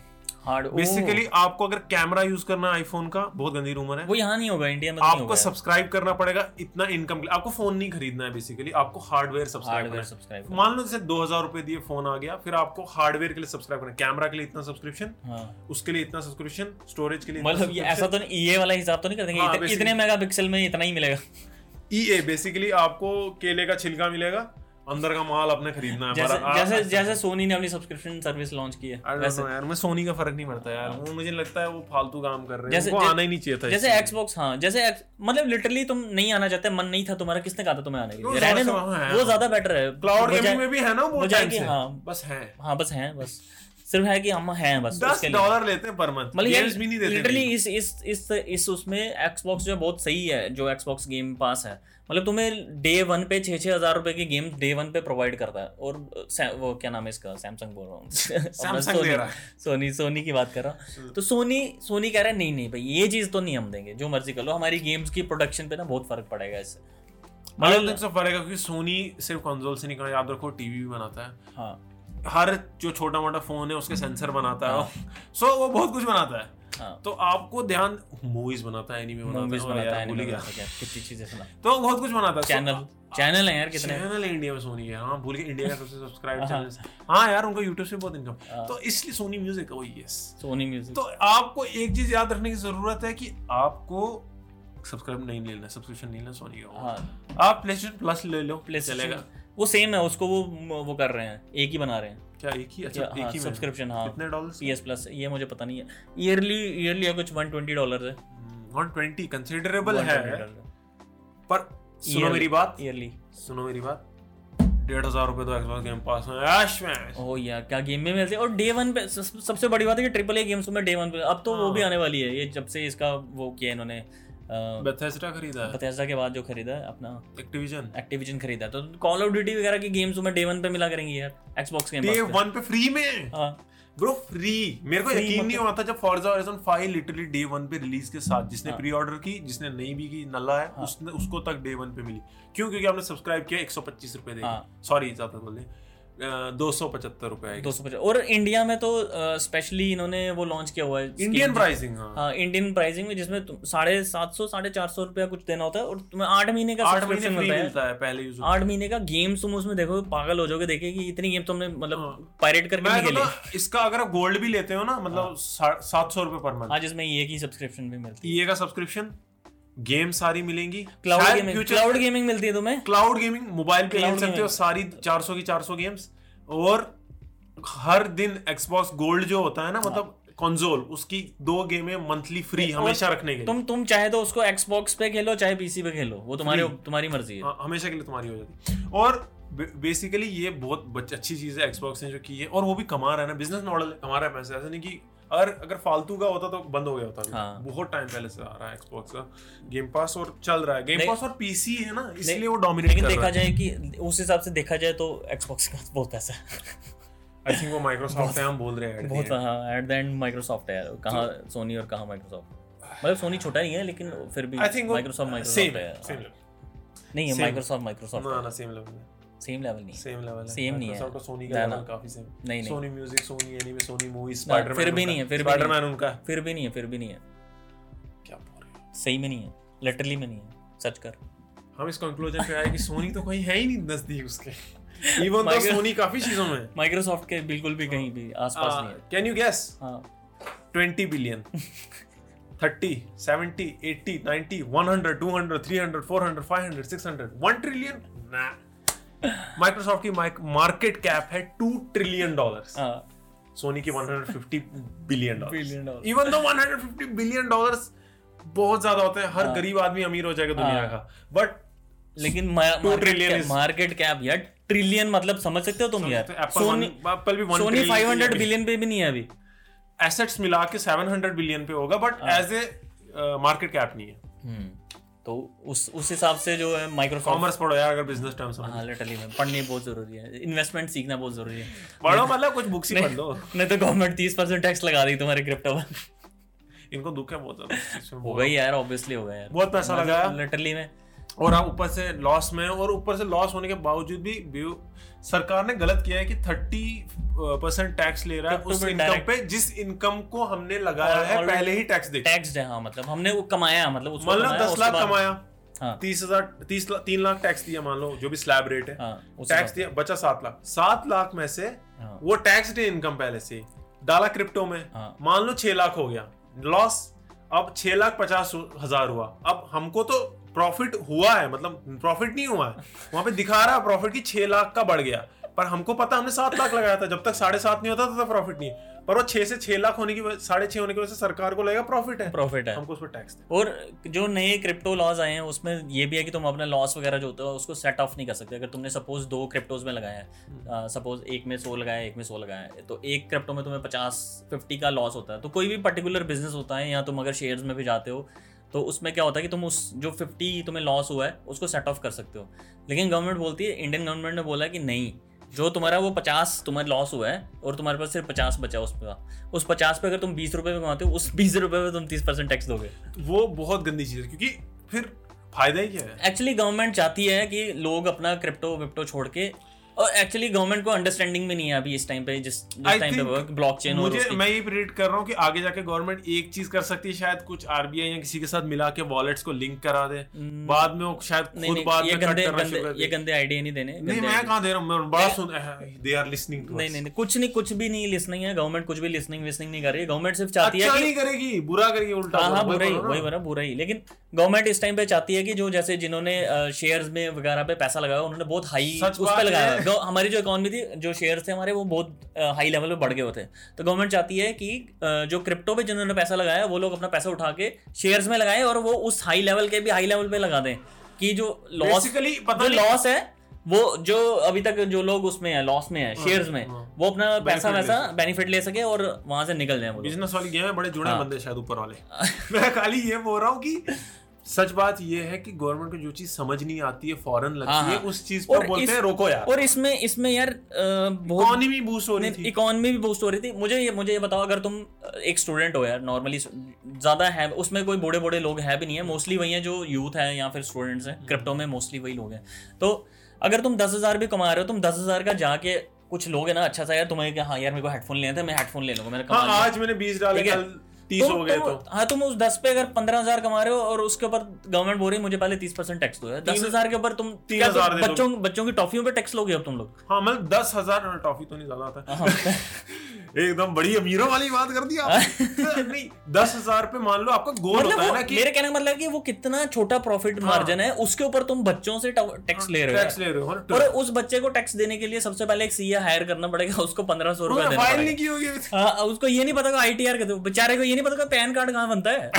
Speaker 2: हार्ड
Speaker 1: बेसिकली आपको अगर कैमरा यूज करना आईफोन का बहुत गंदी रूमर है
Speaker 2: वो यहाँ नहीं होगा इंडिया में
Speaker 1: आपको सब्सक्राइब करना पड़ेगा इतना इनकम के लिए आपको फोन नहीं खरीदना है बेसिकली आपको हार्डवेयर सब्सक्राइब करना
Speaker 2: हार्डवेयर
Speaker 1: है
Speaker 2: सब्सक्राइब
Speaker 1: मान लो जैसे दो हजार रुपए दिए फोन आ गया फिर आपको हार्डवेयर के लिए सब्सक्राइब करना कैमरा के लिए इतना सब्सक्रिप्शन
Speaker 2: हाँ
Speaker 1: उसके लिए इतना सब्सक्रिप्शन स्टोरेज के लिए
Speaker 2: मतलब ये ऐसा तो नहीं ये वाला हिसाब तो नहीं कर देंगे
Speaker 1: हाँ,
Speaker 2: इत-
Speaker 1: basically.
Speaker 2: इतने मेगापिक्सल में इतना ही मिलेगा
Speaker 1: ईए बेसिकली E आपको केले का छिलका मिलेगा अंदर का माल अपने खरीदना है
Speaker 2: जैसे
Speaker 1: पर आ-
Speaker 2: जैसे जैसे
Speaker 1: अच्छा।
Speaker 2: सोनी ने अपनी सब्सक्रिप्शन सर्विस लॉन्च की
Speaker 1: I
Speaker 2: है
Speaker 1: don't
Speaker 2: वैसे
Speaker 1: know यार मैं सोनी का फर्क नहीं पड़ता यार वो मुझे लगता है वो फालतू काम कर रहे हैं
Speaker 2: जैसे-
Speaker 1: उनको
Speaker 2: जै-
Speaker 1: आना ही नहीं चाहिए था
Speaker 2: जैसे Xbox हाँ जैसे X- मतलब लिटरली तुम नहीं आना चाहते मन नहीं था तुम्हारा किसने कहा था तुम्हें आने के
Speaker 1: वो
Speaker 2: लिए
Speaker 1: ज्यादा
Speaker 2: रहने दो
Speaker 1: समय है,
Speaker 2: वो
Speaker 1: हाँ।
Speaker 2: ज्यादा बेटर है
Speaker 1: क्लाउड
Speaker 2: बजाय-
Speaker 1: गेमिंग में भी है ना वो
Speaker 2: बजाय
Speaker 1: time
Speaker 2: कि
Speaker 1: से।
Speaker 2: हाँ।
Speaker 1: बस है
Speaker 2: हाँ बस हैं बस सिर्फ है कि हम हैं बस
Speaker 1: दस
Speaker 2: उसके लिए।
Speaker 1: डॉलर लेते हैं पर मंथ
Speaker 2: मतलब
Speaker 1: गेम्स भी नहीं
Speaker 2: यार
Speaker 1: देते
Speaker 2: लिटरली
Speaker 1: भाई।
Speaker 2: इस इस इस इस उसमें Xbox जो है बहुत सही है जो Xbox गेम पास है मतलब तुम्हें डे वन पे छः छः हजार रुपए की गेम डे वन पे प्रोवाइड करता है और सै- वो क्या नाम है इसका सैमसंग बोल रहा हूँ
Speaker 1: Samsung दे रहा है।
Speaker 2: सोनी सोनी की बात कर रहा हूँ तो सोनी सोनी कह रहा है नहीं नहीं भाई ये चीज़ तो नहीं हम देंगे जो मर्जी कर लो हमारी गेम्स की प्रोडक्शन पे ना बहुत फर्क पड़ेगा इससे
Speaker 1: I
Speaker 2: मतलब,
Speaker 1: don't think so पड़ेगा क्योंकि सोनी सिर्फ कंसोल से नहीं करना याद रखो टीवी भी बनाता है
Speaker 2: हाँ
Speaker 1: हर जो छोटा मोटा फोन है उसके सेंसर बनाता है सो वो बहुत कुछ बनाता है
Speaker 2: हाँ
Speaker 1: तो आपको ध्यान मूवीज बनाता है एनीमे
Speaker 2: मूवीज
Speaker 1: बनाता है
Speaker 2: बनाता
Speaker 1: और यार, भूल
Speaker 2: है
Speaker 1: ही
Speaker 2: anime
Speaker 1: गया।
Speaker 2: बनाता है, क्या- कितनी चीज़ें सुना
Speaker 1: तो वो बहुत कुछ बनाता है So,
Speaker 2: चैनल चैनल है यार कितने
Speaker 1: चैनल है इंडिया में सोनी है हाँ भूल गए इंडिया का सबसे सब्सक्राइब चैनल हाँ यार उनका यूट्यूब से बहुत
Speaker 2: हाँ।
Speaker 1: इनकम तो इसलिए सोनी म्यूजिक है वो यस
Speaker 2: सोनी म्यूजिक
Speaker 1: तो आपको एक चीज याद रखने की जरूरत है कि आपको सब्सक्राइब नहीं लेना सब्सक्रिप्शन नहीं लेना सोनी का
Speaker 2: हाँ
Speaker 1: आप प्ले प्लस ले लो प्ले चलेगा
Speaker 2: वो सेम है उसको वो वो कर रहे हैं एक ही बना रहे हैं
Speaker 1: क्या एक ही अच्छा
Speaker 2: क्या-
Speaker 1: एक
Speaker 2: हाँ,
Speaker 1: ही में?
Speaker 2: subscription, हाँ।
Speaker 1: कितने
Speaker 2: पी
Speaker 1: डॉलर
Speaker 2: एस प्लस ये मुझे पता नहीं है ईयरली ईयरली है कुछ वन ट्वेंटी डॉलर है
Speaker 1: Hmm, 120 कंसीडरेबल है पर सुनो
Speaker 2: Yearly-
Speaker 1: मेरी बात
Speaker 2: ईयरली
Speaker 1: सुनो मेरी बात डेढ़ हजार रुपए तो एक्सबॉक्स गेम पास में ऐश में ऐश।
Speaker 2: ओ यार Oh, क्या गेम में मिलते हैं। और डे वन पे सब- सबसे बड़ी बात है कि ट्रिपल ए गेम्स में डे वन पे अब तो वो
Speaker 1: हाँ।
Speaker 2: भी आने वाली है ये जब से इसका वो किया इन्होंने Oh.
Speaker 1: Bethesda खरीदा है
Speaker 2: बतेजा के बाद जो खरीदा है अपना
Speaker 1: एक्टिविजन
Speaker 2: एक्टिविजन खरीदा है, तो कॉल ऑफ ड्यूटी वगैरह की गेम्स तुम्हें डे वन पे मिला करेंगी यार एक्सबॉक्स गेम
Speaker 1: डे
Speaker 2: पास पे।
Speaker 1: वन पे फ्री में
Speaker 2: हाँ
Speaker 1: ब्रो फ्री मेरे को
Speaker 2: Free
Speaker 1: यकीन नहीं
Speaker 2: मतलब-
Speaker 1: हुआ था जब Forza Horizon 5 literally day one पे रिलीज के साथ जिसने
Speaker 2: हाँ।
Speaker 1: प्री ऑर्डर की जिसने नहीं भी की नल्ला है उसने उसको तक डे वन पे मिली क्यों क्योंकि हमने सब्सक्राइब किया 125 रुपए
Speaker 2: हाँ।
Speaker 1: देके सॉरी ज्यादा बोले दो सौ पचहत्तर रुपए
Speaker 2: दो सौ पचास और इंडिया में तो स्पेशली इन्होंने वो लॉन्च किया हुआ है
Speaker 1: इंडियन
Speaker 2: scheme-
Speaker 1: प्राइसिंग हाँ
Speaker 2: हाँ इंडियन प्राइसिंग में जिसमें तुम साढ़े सात सौ साढ़े चार सौ रुपया कुछ देना होता है और तुम्हें आठ महीने का
Speaker 1: आठ महीने
Speaker 2: सब्सक्रिप्शन
Speaker 1: फ्री
Speaker 2: मिलता है
Speaker 1: मिलता है पहले यूज
Speaker 2: आठ महीने का गेम्स तुम उसमें देखो पागल हो जाओगे देखे कि इतनी गेम तुमने मतलब
Speaker 1: हाँ।
Speaker 2: पायरेट करके
Speaker 1: मैं
Speaker 2: नहीं खेली
Speaker 1: बोला, इसका अगर आप गोल्ड भी लेते हो ना
Speaker 2: हाँ।
Speaker 1: मतलब सात सौ रुपए पर मंथ
Speaker 2: आज इसमें ये की सब्सक्रिप्शन भी मिलती है
Speaker 1: ये का सब्सक्रिप्शन गेम सारी मिलेंगी
Speaker 2: क्लाउड
Speaker 1: शायद
Speaker 2: गेमिंग
Speaker 1: future-
Speaker 2: क्लाउड गेमिंग मिलती है तुम्हें
Speaker 1: क्लाउड गेमिंग मोबाइल पे खेल
Speaker 2: Cloud
Speaker 1: सकते हो
Speaker 2: gaming।
Speaker 1: सारी 400 की 400 गेम्स और हर दिन एक्सबॉक्स गोल्ड जो होता है ना मतलब
Speaker 2: हाँ।
Speaker 1: कंसोल उसकी दो गेमें मंथली फ्री हमेशा रखने के लिए
Speaker 2: तुम तुम चाहे तो उसको एक्सबॉक्स पे खेलो चाहे पीसी पे खेलो वो तुम्हारी तुम्हारी मर्जी है
Speaker 1: हाँ, हमेशा के लिए तुम्हारी हो जाती है और बेसिकली ये बहुत बच- अच्छी चीज है एक्सबॉक्स ने जो की है और वो भी कमा रहा है ना बिजनेस मॉडल कमा रहा है पैसे ऐसा नहीं कि अगर अगर फालतू का होता तो बंद हो गया होता अभी।
Speaker 2: हाँ।
Speaker 1: बहुत टाइम पहले से आ रहा है एक्सबॉक्स का गेम पास और चल रहा है गेम
Speaker 2: नहीं-
Speaker 1: पास और पीसी है ना इसलिए वो डोमिनेट
Speaker 2: लेकिन
Speaker 1: कर रहा
Speaker 2: देखा
Speaker 1: है
Speaker 2: जाए कि उस हिसाब से देखा जाए तो एक्सबॉक्स का बहुत पैसा है
Speaker 1: आई थिंक वो माइक्रोसॉफ्ट है हम बोल रहे हैं at the
Speaker 2: बहुत
Speaker 1: end।
Speaker 2: हाँ एट द एंड माइक्रोसॉफ्ट है यार कहाँ
Speaker 1: तो-
Speaker 2: सोनी और कहाँ माइक्रोसॉफ्ट मतलब सोनी छोटा ही है लेकिन फिर भी
Speaker 1: आई थिंक
Speaker 2: माइक्रोसॉफ्ट माइक्रोसॉफ्ट है हाँ।
Speaker 1: सेम
Speaker 2: नहीं है
Speaker 1: Same.
Speaker 2: माइक्रोसॉफ्ट
Speaker 1: लेवल ना
Speaker 2: माइक्रोसॉफ्ट
Speaker 1: ना सेम लेवल है
Speaker 2: सेम लेवल नहीं
Speaker 1: सेम लेवल है
Speaker 2: Same नहीं है।
Speaker 1: Microsoft और सोनी
Speaker 2: ना,
Speaker 1: का
Speaker 2: ना।
Speaker 1: लेवल काफी सेम
Speaker 2: नहीं, नहीं।
Speaker 1: Sony music Sony anime Sony movies
Speaker 2: ना,
Speaker 1: स्पाइडरमैन
Speaker 2: फिर भी
Speaker 1: उनका
Speaker 2: नहीं है, फिर भी नहीं है।
Speaker 1: स्पाइडरमैन उनका है।
Speaker 2: फिर भी नहीं है फिर भी नहीं है
Speaker 1: क्या बोल रहे हो
Speaker 2: सही में नहीं है लिटरली में नहीं है सर्च कर
Speaker 1: हम इस कंक्लूजन पे आए कि सोनी तो कहीं है ही नहीं नजदीक उसके इवन तो
Speaker 2: Micro-
Speaker 1: सोनी काफी चीजों में Uh,
Speaker 2: माइक्रोसॉफ्ट के बिल्कुल भी कहीं भी आसपास नहीं है
Speaker 1: कैन यू गेस
Speaker 2: हाँ
Speaker 1: 20 बिलियन 30 70 80 90 100 200 300 400 500 600 1 ट्रिलियन ना माइक्रोसॉफ्ट की मार्केट कैप है 2 ट्रिलियन डॉलर्स
Speaker 2: हाँ
Speaker 1: सोनी के 150 billion dollar
Speaker 2: Billion dollars.
Speaker 1: Even दो 150 बिलियन डॉलर्स बहुत ज्यादा होते हैं
Speaker 2: हाँ।
Speaker 1: हर गरीब आदमी अमीर हो जाएगा दुनिया का बट
Speaker 2: लेकिन
Speaker 1: Two trillion is-
Speaker 2: market cap यार ट्रिलियन मतलब समझ सकते हो तुम
Speaker 1: तो
Speaker 2: यार सोनी
Speaker 1: एप्पल भी 1
Speaker 2: सोनी
Speaker 1: trillion
Speaker 2: फाइव हंड्रेड
Speaker 1: की
Speaker 2: बिलियन पे भी नहीं है अभी
Speaker 1: assets मिला के 700 बिलियन पे होगा बट
Speaker 2: हाँ।
Speaker 1: As a market cap uh, नहीं है
Speaker 2: तो उस उस हिसाब से जो है माइक्रोसॉफ्ट
Speaker 1: कॉमर्स पढ़ो यार अगर बिजनेस टर्म्स समझ
Speaker 2: हाँ लिटरली में पढ़नी बहुत जरूरी है इन्वेस्टमेंट सीखना बहुत जरूरी है
Speaker 1: पढ़ो मतलब कुछ बुक्स ही पढ़ लो
Speaker 2: नहीं तो गवर्नमेंट तीस परसेंट टैक्स लगा दी तुम्हारे क्रिप्टो पर
Speaker 1: इनको दुख है बहुत ज्यादा
Speaker 2: होगा ही यार ऑब्वियसली होगा यार
Speaker 1: बहुत पैसा लगाया।
Speaker 2: लिटरली में
Speaker 1: और आप ऊपर से लॉस में हैं, और ऊपर से लॉस होने के बावजूद भी व्यू- सरकार ने गलत किया है कि थर्टी परसेंट टैक्स ले रहा है
Speaker 2: तो- तो
Speaker 1: उस
Speaker 2: फिर
Speaker 1: इनकम
Speaker 2: direct-
Speaker 1: पे जिस इनकम को हमने लगाया
Speaker 2: और-
Speaker 1: है
Speaker 2: और-
Speaker 1: पहले ही टैक्स देख
Speaker 2: टैक्स है हाँ मतलब हमने वो कमाया मतलब उसको
Speaker 1: मतलब
Speaker 2: कमाया,
Speaker 1: दस
Speaker 2: उसके
Speaker 1: लाख
Speaker 2: बाद-
Speaker 1: कमाया
Speaker 2: हाँ।
Speaker 1: तीस हजार तीस ला- तीन लाख टैक्स दिया मान लो जो भी स्लैब रेट है
Speaker 2: हाँ उसके
Speaker 1: टैक्स
Speaker 2: बाद-
Speaker 1: दिया बचा सात लाख सात लाख में से
Speaker 2: हाँ।
Speaker 1: वो टैक्स डे इनकम पहले से ही। डाला क्रिप्टो में
Speaker 2: हाँ।
Speaker 1: मान लो छह लाख हो गया लॉस अब छह लाख पचास हजार हुआ अब हमको तो प्रॉफिट हुआ है मतलब प्रॉफिट नहीं हुआ है वहां पे दिखा रहा है प्रॉफिट की छह लाख का बढ़ गया पर हमको पता हमने सात लाख लगाया था जब तक साढ़े सात नहीं होता तब तक प्रॉफिट नहीं है। पर वो छह से छह लाख होने की वजह- साढ़े छह होने की वजह से सरकार को लगेगा प्रॉफिट है
Speaker 2: प्रॉफिट है
Speaker 1: हमको उस पर टैक्स
Speaker 2: और जो नए क्रिप्टो लॉज आए हैं उसमें ये भी है कि तुम अपना लॉस वगैरह जो होता है उसको सेट ऑफ नहीं कर सकते अगर तुमने सपोज दो क्रिप्टोज में लगाया है सपोज एक में सौ लगाया है, एक में सौ लगाया है तो एक क्रिप्टो में तुम्हें पचास फिफ्टी का लॉस होता है तो कोई भी पर्टिकुलर बिजनेस होता है या तुम अगर शेयर्स में भी जाते हो तो उसमें क्या होता है कि तुम उस जो फिफ्टी तुम्हें लॉस हुआ है उसको सेट ऑफ कर सकते हो लेकिन गवर्नमेंट बोलती है इंडियन गवर्नमेंट ने बोला कि नहीं जो तुम्हारा वो पचास तुम्हें लॉस हुआ है और तुम्हारे पास सिर्फ पचास बचा है उस पर उस पचास पे अगर तुम बीस रुपए में कमाते हो उस बीस रुपए में तुम तीस परसेंट टैक्स दोगे
Speaker 1: टैक्स वो बहुत गंदी चीज है क्योंकि फिर फायदा ही क्या है
Speaker 2: एक्चुअली गवर्नमेंट चाहती है कि लोग अपना क्रिप्टो विप्टो छोड़ के और एक्चुअली गवर्नमेंट को अंडरस्टैंडिंग में नहीं है अभी इस टाइम पे जिस
Speaker 1: I
Speaker 2: जिस टाइम पे
Speaker 1: think
Speaker 2: वर्क ब्लॉकचेन और
Speaker 1: मुझे
Speaker 2: उसकी-
Speaker 1: मैं ये प्रेडिक्ट कर रहा हूँ कि आगे जाके गवर्नमेंट एक चीज कर सकती है शायद कुछ आरबीआई या किसी के साथ मिला के वॉलेट्स को लिंक करा दे
Speaker 2: हम्म,
Speaker 1: बाद में वो शायद
Speaker 2: नहीं
Speaker 1: खुद
Speaker 2: नहीं,
Speaker 1: बाद
Speaker 2: ये
Speaker 1: में कट
Speaker 2: गंदे
Speaker 1: करना शुरू
Speaker 2: गंदे
Speaker 1: कर
Speaker 2: ये
Speaker 1: दे
Speaker 2: गंदे आइडिया नहीं देने
Speaker 1: नहीं
Speaker 2: गंदे
Speaker 1: मैं
Speaker 2: idea-
Speaker 1: कहाँ दे रहा हूँ मैं बड़ा सुन दे आर लिसनिंग टू
Speaker 2: नहीं नहीं नहीं, कुछ नहीं कुछ भी नहीं लिसनिंग है गवर्नमेंट कुछ भी लिसनिंग विसनिंग नहीं कर रही है गवर्नमेंट सिर्फ चाहती है
Speaker 1: अच्छा
Speaker 2: कि
Speaker 1: नहीं करेगी बुरा करेगी उल्टा
Speaker 2: हाँ
Speaker 1: बोलो, वही
Speaker 2: हाँ बुरा ही
Speaker 1: बोलो ना।
Speaker 2: वही बुरा बुरा ही लेकिन गवर्नमेंट इस टाइम पे चाहती है कि जो जैसे जिन्होंने शेयर्स में वगैरह पे पैसा लगाया उन्होंने बहुत हाई
Speaker 1: सच
Speaker 2: उस
Speaker 1: बात
Speaker 2: पर लगाया
Speaker 1: है।
Speaker 2: गव- हमारी जो इकोनॉमी थी जो शेयर्स थे हमारे वो बहुत हाई लेवल पे बढ़ गए होते तो गवर्नमेंट चाहती है कि अ, जो क्रिप्टो पे जिन्होंने पैसा लगाया वो लोग अपना पैसा उठा के शेयर्स में लगाए और वो उस हाई लेवल के भी हाई लेवल पे लगा दें कि जो लॉस
Speaker 1: Basically,
Speaker 2: जो
Speaker 1: पता नहीं
Speaker 2: लॉस है वो जो अभी तक जो लोग उसमें है लॉस में है शेयर्स में
Speaker 1: हाँ।
Speaker 2: वो अपना पैसा
Speaker 1: Benefit ले
Speaker 2: वैसा बेनिफिट ले सके और वहां से निकल जाए वो लोग।
Speaker 1: बिजनेस वाली गेम है बड़े
Speaker 2: हाँ।
Speaker 1: जुड़े हैं बंदे शायद ऊपर वाले मैं खाली ये बोल रहा हूँ कि सच बात ये है कि गवर्नमेंट को जो चीज समझ नहीं आती है फॉरन
Speaker 2: हाँ,
Speaker 1: लगती है
Speaker 2: हाँ।
Speaker 1: उस चीज पर
Speaker 2: और
Speaker 1: बोलते
Speaker 2: इस-
Speaker 1: हैं रोको यार
Speaker 2: और इसमें इसमें यार अ, बहुत
Speaker 1: इकोनॉमी बूस्ट हो रही थी
Speaker 2: इकोनॉमी भी बूस्ट हो रही थी मुझे ये मुझे ये बताओ अगर तुम अ, एक स्टूडेंट हो यार नॉर्मली ज़्यादा है उसमें कोई बूढ़े बूढ़े लोग है भी नहीं है मोस्टली वही है जो यूथ है या फिर स्टूडेंट्स हैं क्रिप्टो में मोस्टली वही लोग हैं तो अगर तुम दस हज़ार भी कमा रहे हो तुम दस हज़ार का जाके कुछ लोग है ना अच्छा सा यार तुम्हें कि हाँ यार मेरे को हेडफोन लेने थे मैं हेडफोन ले लूंगा मेरा कमा
Speaker 1: हाँ
Speaker 2: लिया।
Speaker 1: आज मैंने बीस डाले
Speaker 2: ठीक है।
Speaker 1: कल तीस
Speaker 2: तुम-
Speaker 1: हो गए
Speaker 2: तुम-
Speaker 1: तो
Speaker 2: हाँ तुम उस दस पे अगर पंद्रह हजार कमा रहे हो और उसके ऊपर गवर्नमेंट बोल रही है मुझे पहले तीस परसेंट टैक्स दो यार दस हजार के ऊपर तुम
Speaker 1: तीन
Speaker 2: क्या
Speaker 1: हजार
Speaker 2: तुम
Speaker 1: दे दो।
Speaker 2: बच्चों बच्चों की टॉफियों पे टैक्स लोगे अब तुम लोग
Speaker 1: हाँ मतलब दस हजार टॉफी तो नहीं ज्यादा आता
Speaker 2: हाँ।
Speaker 1: एकदम बड़ी अमीरों वाली बात कर दी आपने नहीं दस हजार पे मान लो आपका गोल
Speaker 2: मतलब
Speaker 1: होता है
Speaker 2: वो-
Speaker 1: ना कि हाँ।
Speaker 2: मेरे कहने का मतलब है कि वो कितना छोटा प्रॉफिट मार्जिन है उसके ऊपर तुम बच्चों से टैक्स ले रहे
Speaker 1: टैक्स
Speaker 2: हो
Speaker 1: ले रहे हो ना, तो
Speaker 2: और उस बच्चे को टैक्स देने के लिए सबसे पहले एक सीए हायर करना पड़ेगा उसको पंद्रह सौ रुपया
Speaker 1: उन्होंने
Speaker 2: देना
Speaker 1: फाइल
Speaker 2: पड़ेगा
Speaker 1: नहीं की होगी
Speaker 2: हाँ, उसको ये नहीं पता आई टी आर बेचारे को ये नहीं पता कि पैन कार्ड कहाँ बनता है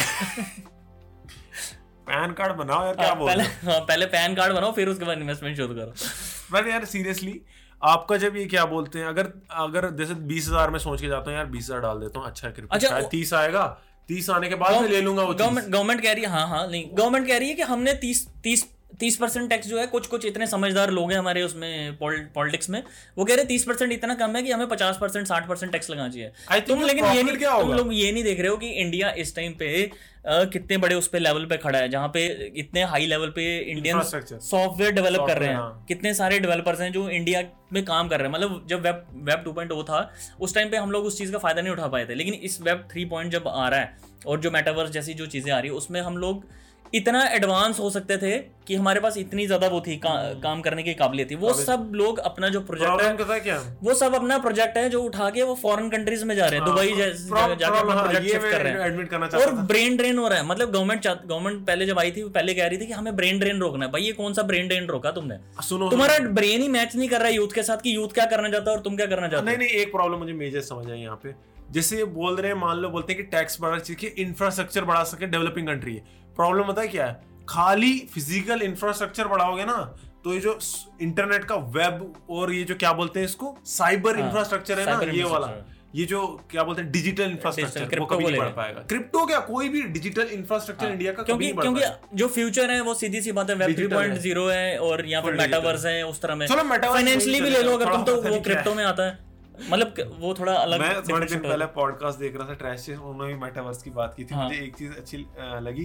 Speaker 1: पैन कार्ड बनाओ यार क्या बोल
Speaker 2: पहले हाँ, पहले पैन कार्ड बनाओ फिर उसके बाद इन्वेस्टमेंट शुरू करो
Speaker 1: बट यार सीरियसली आपका जब ये क्या बोलते हैं अगर अगर जैसे बीस हजार में सोच के जाता हूँ यार बीस हजार डाल देता हूँ अच्छा क्रिप्टो
Speaker 2: अच्छा,
Speaker 1: शायद
Speaker 2: वो-
Speaker 1: तीस आएगा तीस आने के बाद मैं हाँ, ले लूंगा वो चीज
Speaker 2: गवर्नमेंट गवर्नमेंट कह रही है हाँ हाँ नहीं गवर्नमेंट कह रही है कि हमने तीस तीस तीस परसेंट टैक्स जो है कुछ कुछ इतने समझदार लोग हैं हमारे उसमें पॉलिटिक्स में वो कह रहे हैं तीस परसेंट इतना कम है कि हमें पचास परसेंट साठ परसेंट टैक्स लगाना चाहिए
Speaker 1: think
Speaker 2: तुम
Speaker 1: ये
Speaker 2: लेकिन ये
Speaker 1: profit
Speaker 2: नहीं
Speaker 1: क्या
Speaker 2: तुम
Speaker 1: होगा?
Speaker 2: लोग ये नहीं देख रहे हो कि इंडिया इस टाइम पे अ, कितने बड़े उस पे लेवल पे खड़ा है जहाँ पे इतने हाई लेवल पे इंडियन
Speaker 1: Infrastructure.
Speaker 2: सॉफ्टवेयर डेवलप कर रहे
Speaker 1: हाँ, Software,
Speaker 2: हैं
Speaker 1: हाँ।
Speaker 2: कितने सारे डेवलपर्स हैं जो इंडिया में काम कर रहे हैं मतलब जब वेब वेब 2.0 था उस टाइम पे हम लोग उस चीज़ का फायदा नहीं उठा पाए थे लेकिन इस वेब 3.0 जब आ रहा है और जो मेटावर्स जैसी जो चीज़ें आ रही है उसमें हम लोग इतना एडवांस हो सकते थे कि हमारे पास इतनी ज़्यादा वो थी का,
Speaker 1: हम्म।
Speaker 2: काम करने की काबिलियत थी वो सब लोग अपना जो प्रोजेक्ट है
Speaker 1: प्रॉब्लम पता है क्या
Speaker 2: वो सब अपना प्रोजेक्ट है जो उठा के वो फॉरेन कंट्रीज में जा रहे
Speaker 1: हाँ,
Speaker 2: हैं दुबई जैसे
Speaker 1: प्रॉब-
Speaker 2: जगह जाके अपना
Speaker 1: प्रॉब- हाँ,
Speaker 2: प्रोजेक्ट
Speaker 1: ये
Speaker 2: शिफ्ट कर रहे
Speaker 1: मैं
Speaker 2: हैं
Speaker 1: एडमिट करना
Speaker 2: और
Speaker 1: चाहता था
Speaker 2: ब्रेन ड्रेन हो रहा है मतलब गवर्नमेंट गवर्नमेंट पहले जब आई थी वो पहले कह रही थी कि हमें ब्रेन ड्रेन रोकना है भाई ये कौन सा ब्रेन ड्रेन रोका तुमने
Speaker 1: सुनो
Speaker 2: तुम्हारा ब्रेन ही मैच नहीं कर रहा है यूथ के साथ कि यूथ क्या करना चाहता है और तुम क्या करना चाहते
Speaker 1: नहीं
Speaker 2: हो
Speaker 1: नहीं एक प्रॉब्लम मुझे मेजर समझ आई यहाँ पे जैसे ये बोल रहे हैं मान लो बोलते हैं कि टैक्स बढ़ा चाहिए कि इंफ्रास्ट्रक्चर बढ़ा सके डेवलपिंग कंट्री है प्रॉब्लम पता है क्या है खाली फिजिकल इंफ्रास्ट्रक्चर बढ़ाओगे ना तो ये जो इंटरनेट का वेब और ये जो क्या बोलते हैं इसको साइबर
Speaker 2: हाँ,
Speaker 1: इंफ्रास्ट्रक्चर है ना
Speaker 2: cyber
Speaker 1: ये वाला
Speaker 2: infrastructure।
Speaker 1: ये जो क्या बोलते हैं डिजिटल इंफ्रास्ट्रक्चर वो
Speaker 2: crypto
Speaker 1: कभी
Speaker 2: को
Speaker 1: नहीं बढ़
Speaker 2: लेके।
Speaker 1: पाएगा क्रिप्टो क्या कोई भी डिजिटल इंफ्रास्ट्रक्चर इंडिया का कभी
Speaker 2: क्योंकि
Speaker 1: नहीं बढ़
Speaker 2: क्योंकि
Speaker 1: पाएगा
Speaker 2: जो फ्यूचर है वो सीधी सी बात है वेब थ्री
Speaker 1: Digital है।
Speaker 2: पॉइंट जीरो है और या फिर
Speaker 1: Full digital।
Speaker 2: मेटावर्स है उस तरह में
Speaker 1: चलो, metaverse
Speaker 2: फाइनेंशियली
Speaker 1: वही
Speaker 2: भी ले लो
Speaker 1: चलेगा,
Speaker 2: अगर तुम
Speaker 1: थोड़ा पता
Speaker 2: तो वो
Speaker 1: नहीं क्या
Speaker 2: क्रिप्टो में आता है मतलब क- वो थोड़ा अलग
Speaker 1: मैं थोड़े दिन
Speaker 2: definition
Speaker 1: पहले पॉडकास्ट देख रहा था ट्रैश उन्होंने भी मेटावर्स की बात की थी
Speaker 2: हाँ।
Speaker 1: मुझे एक चीज अच्छी अ, लगी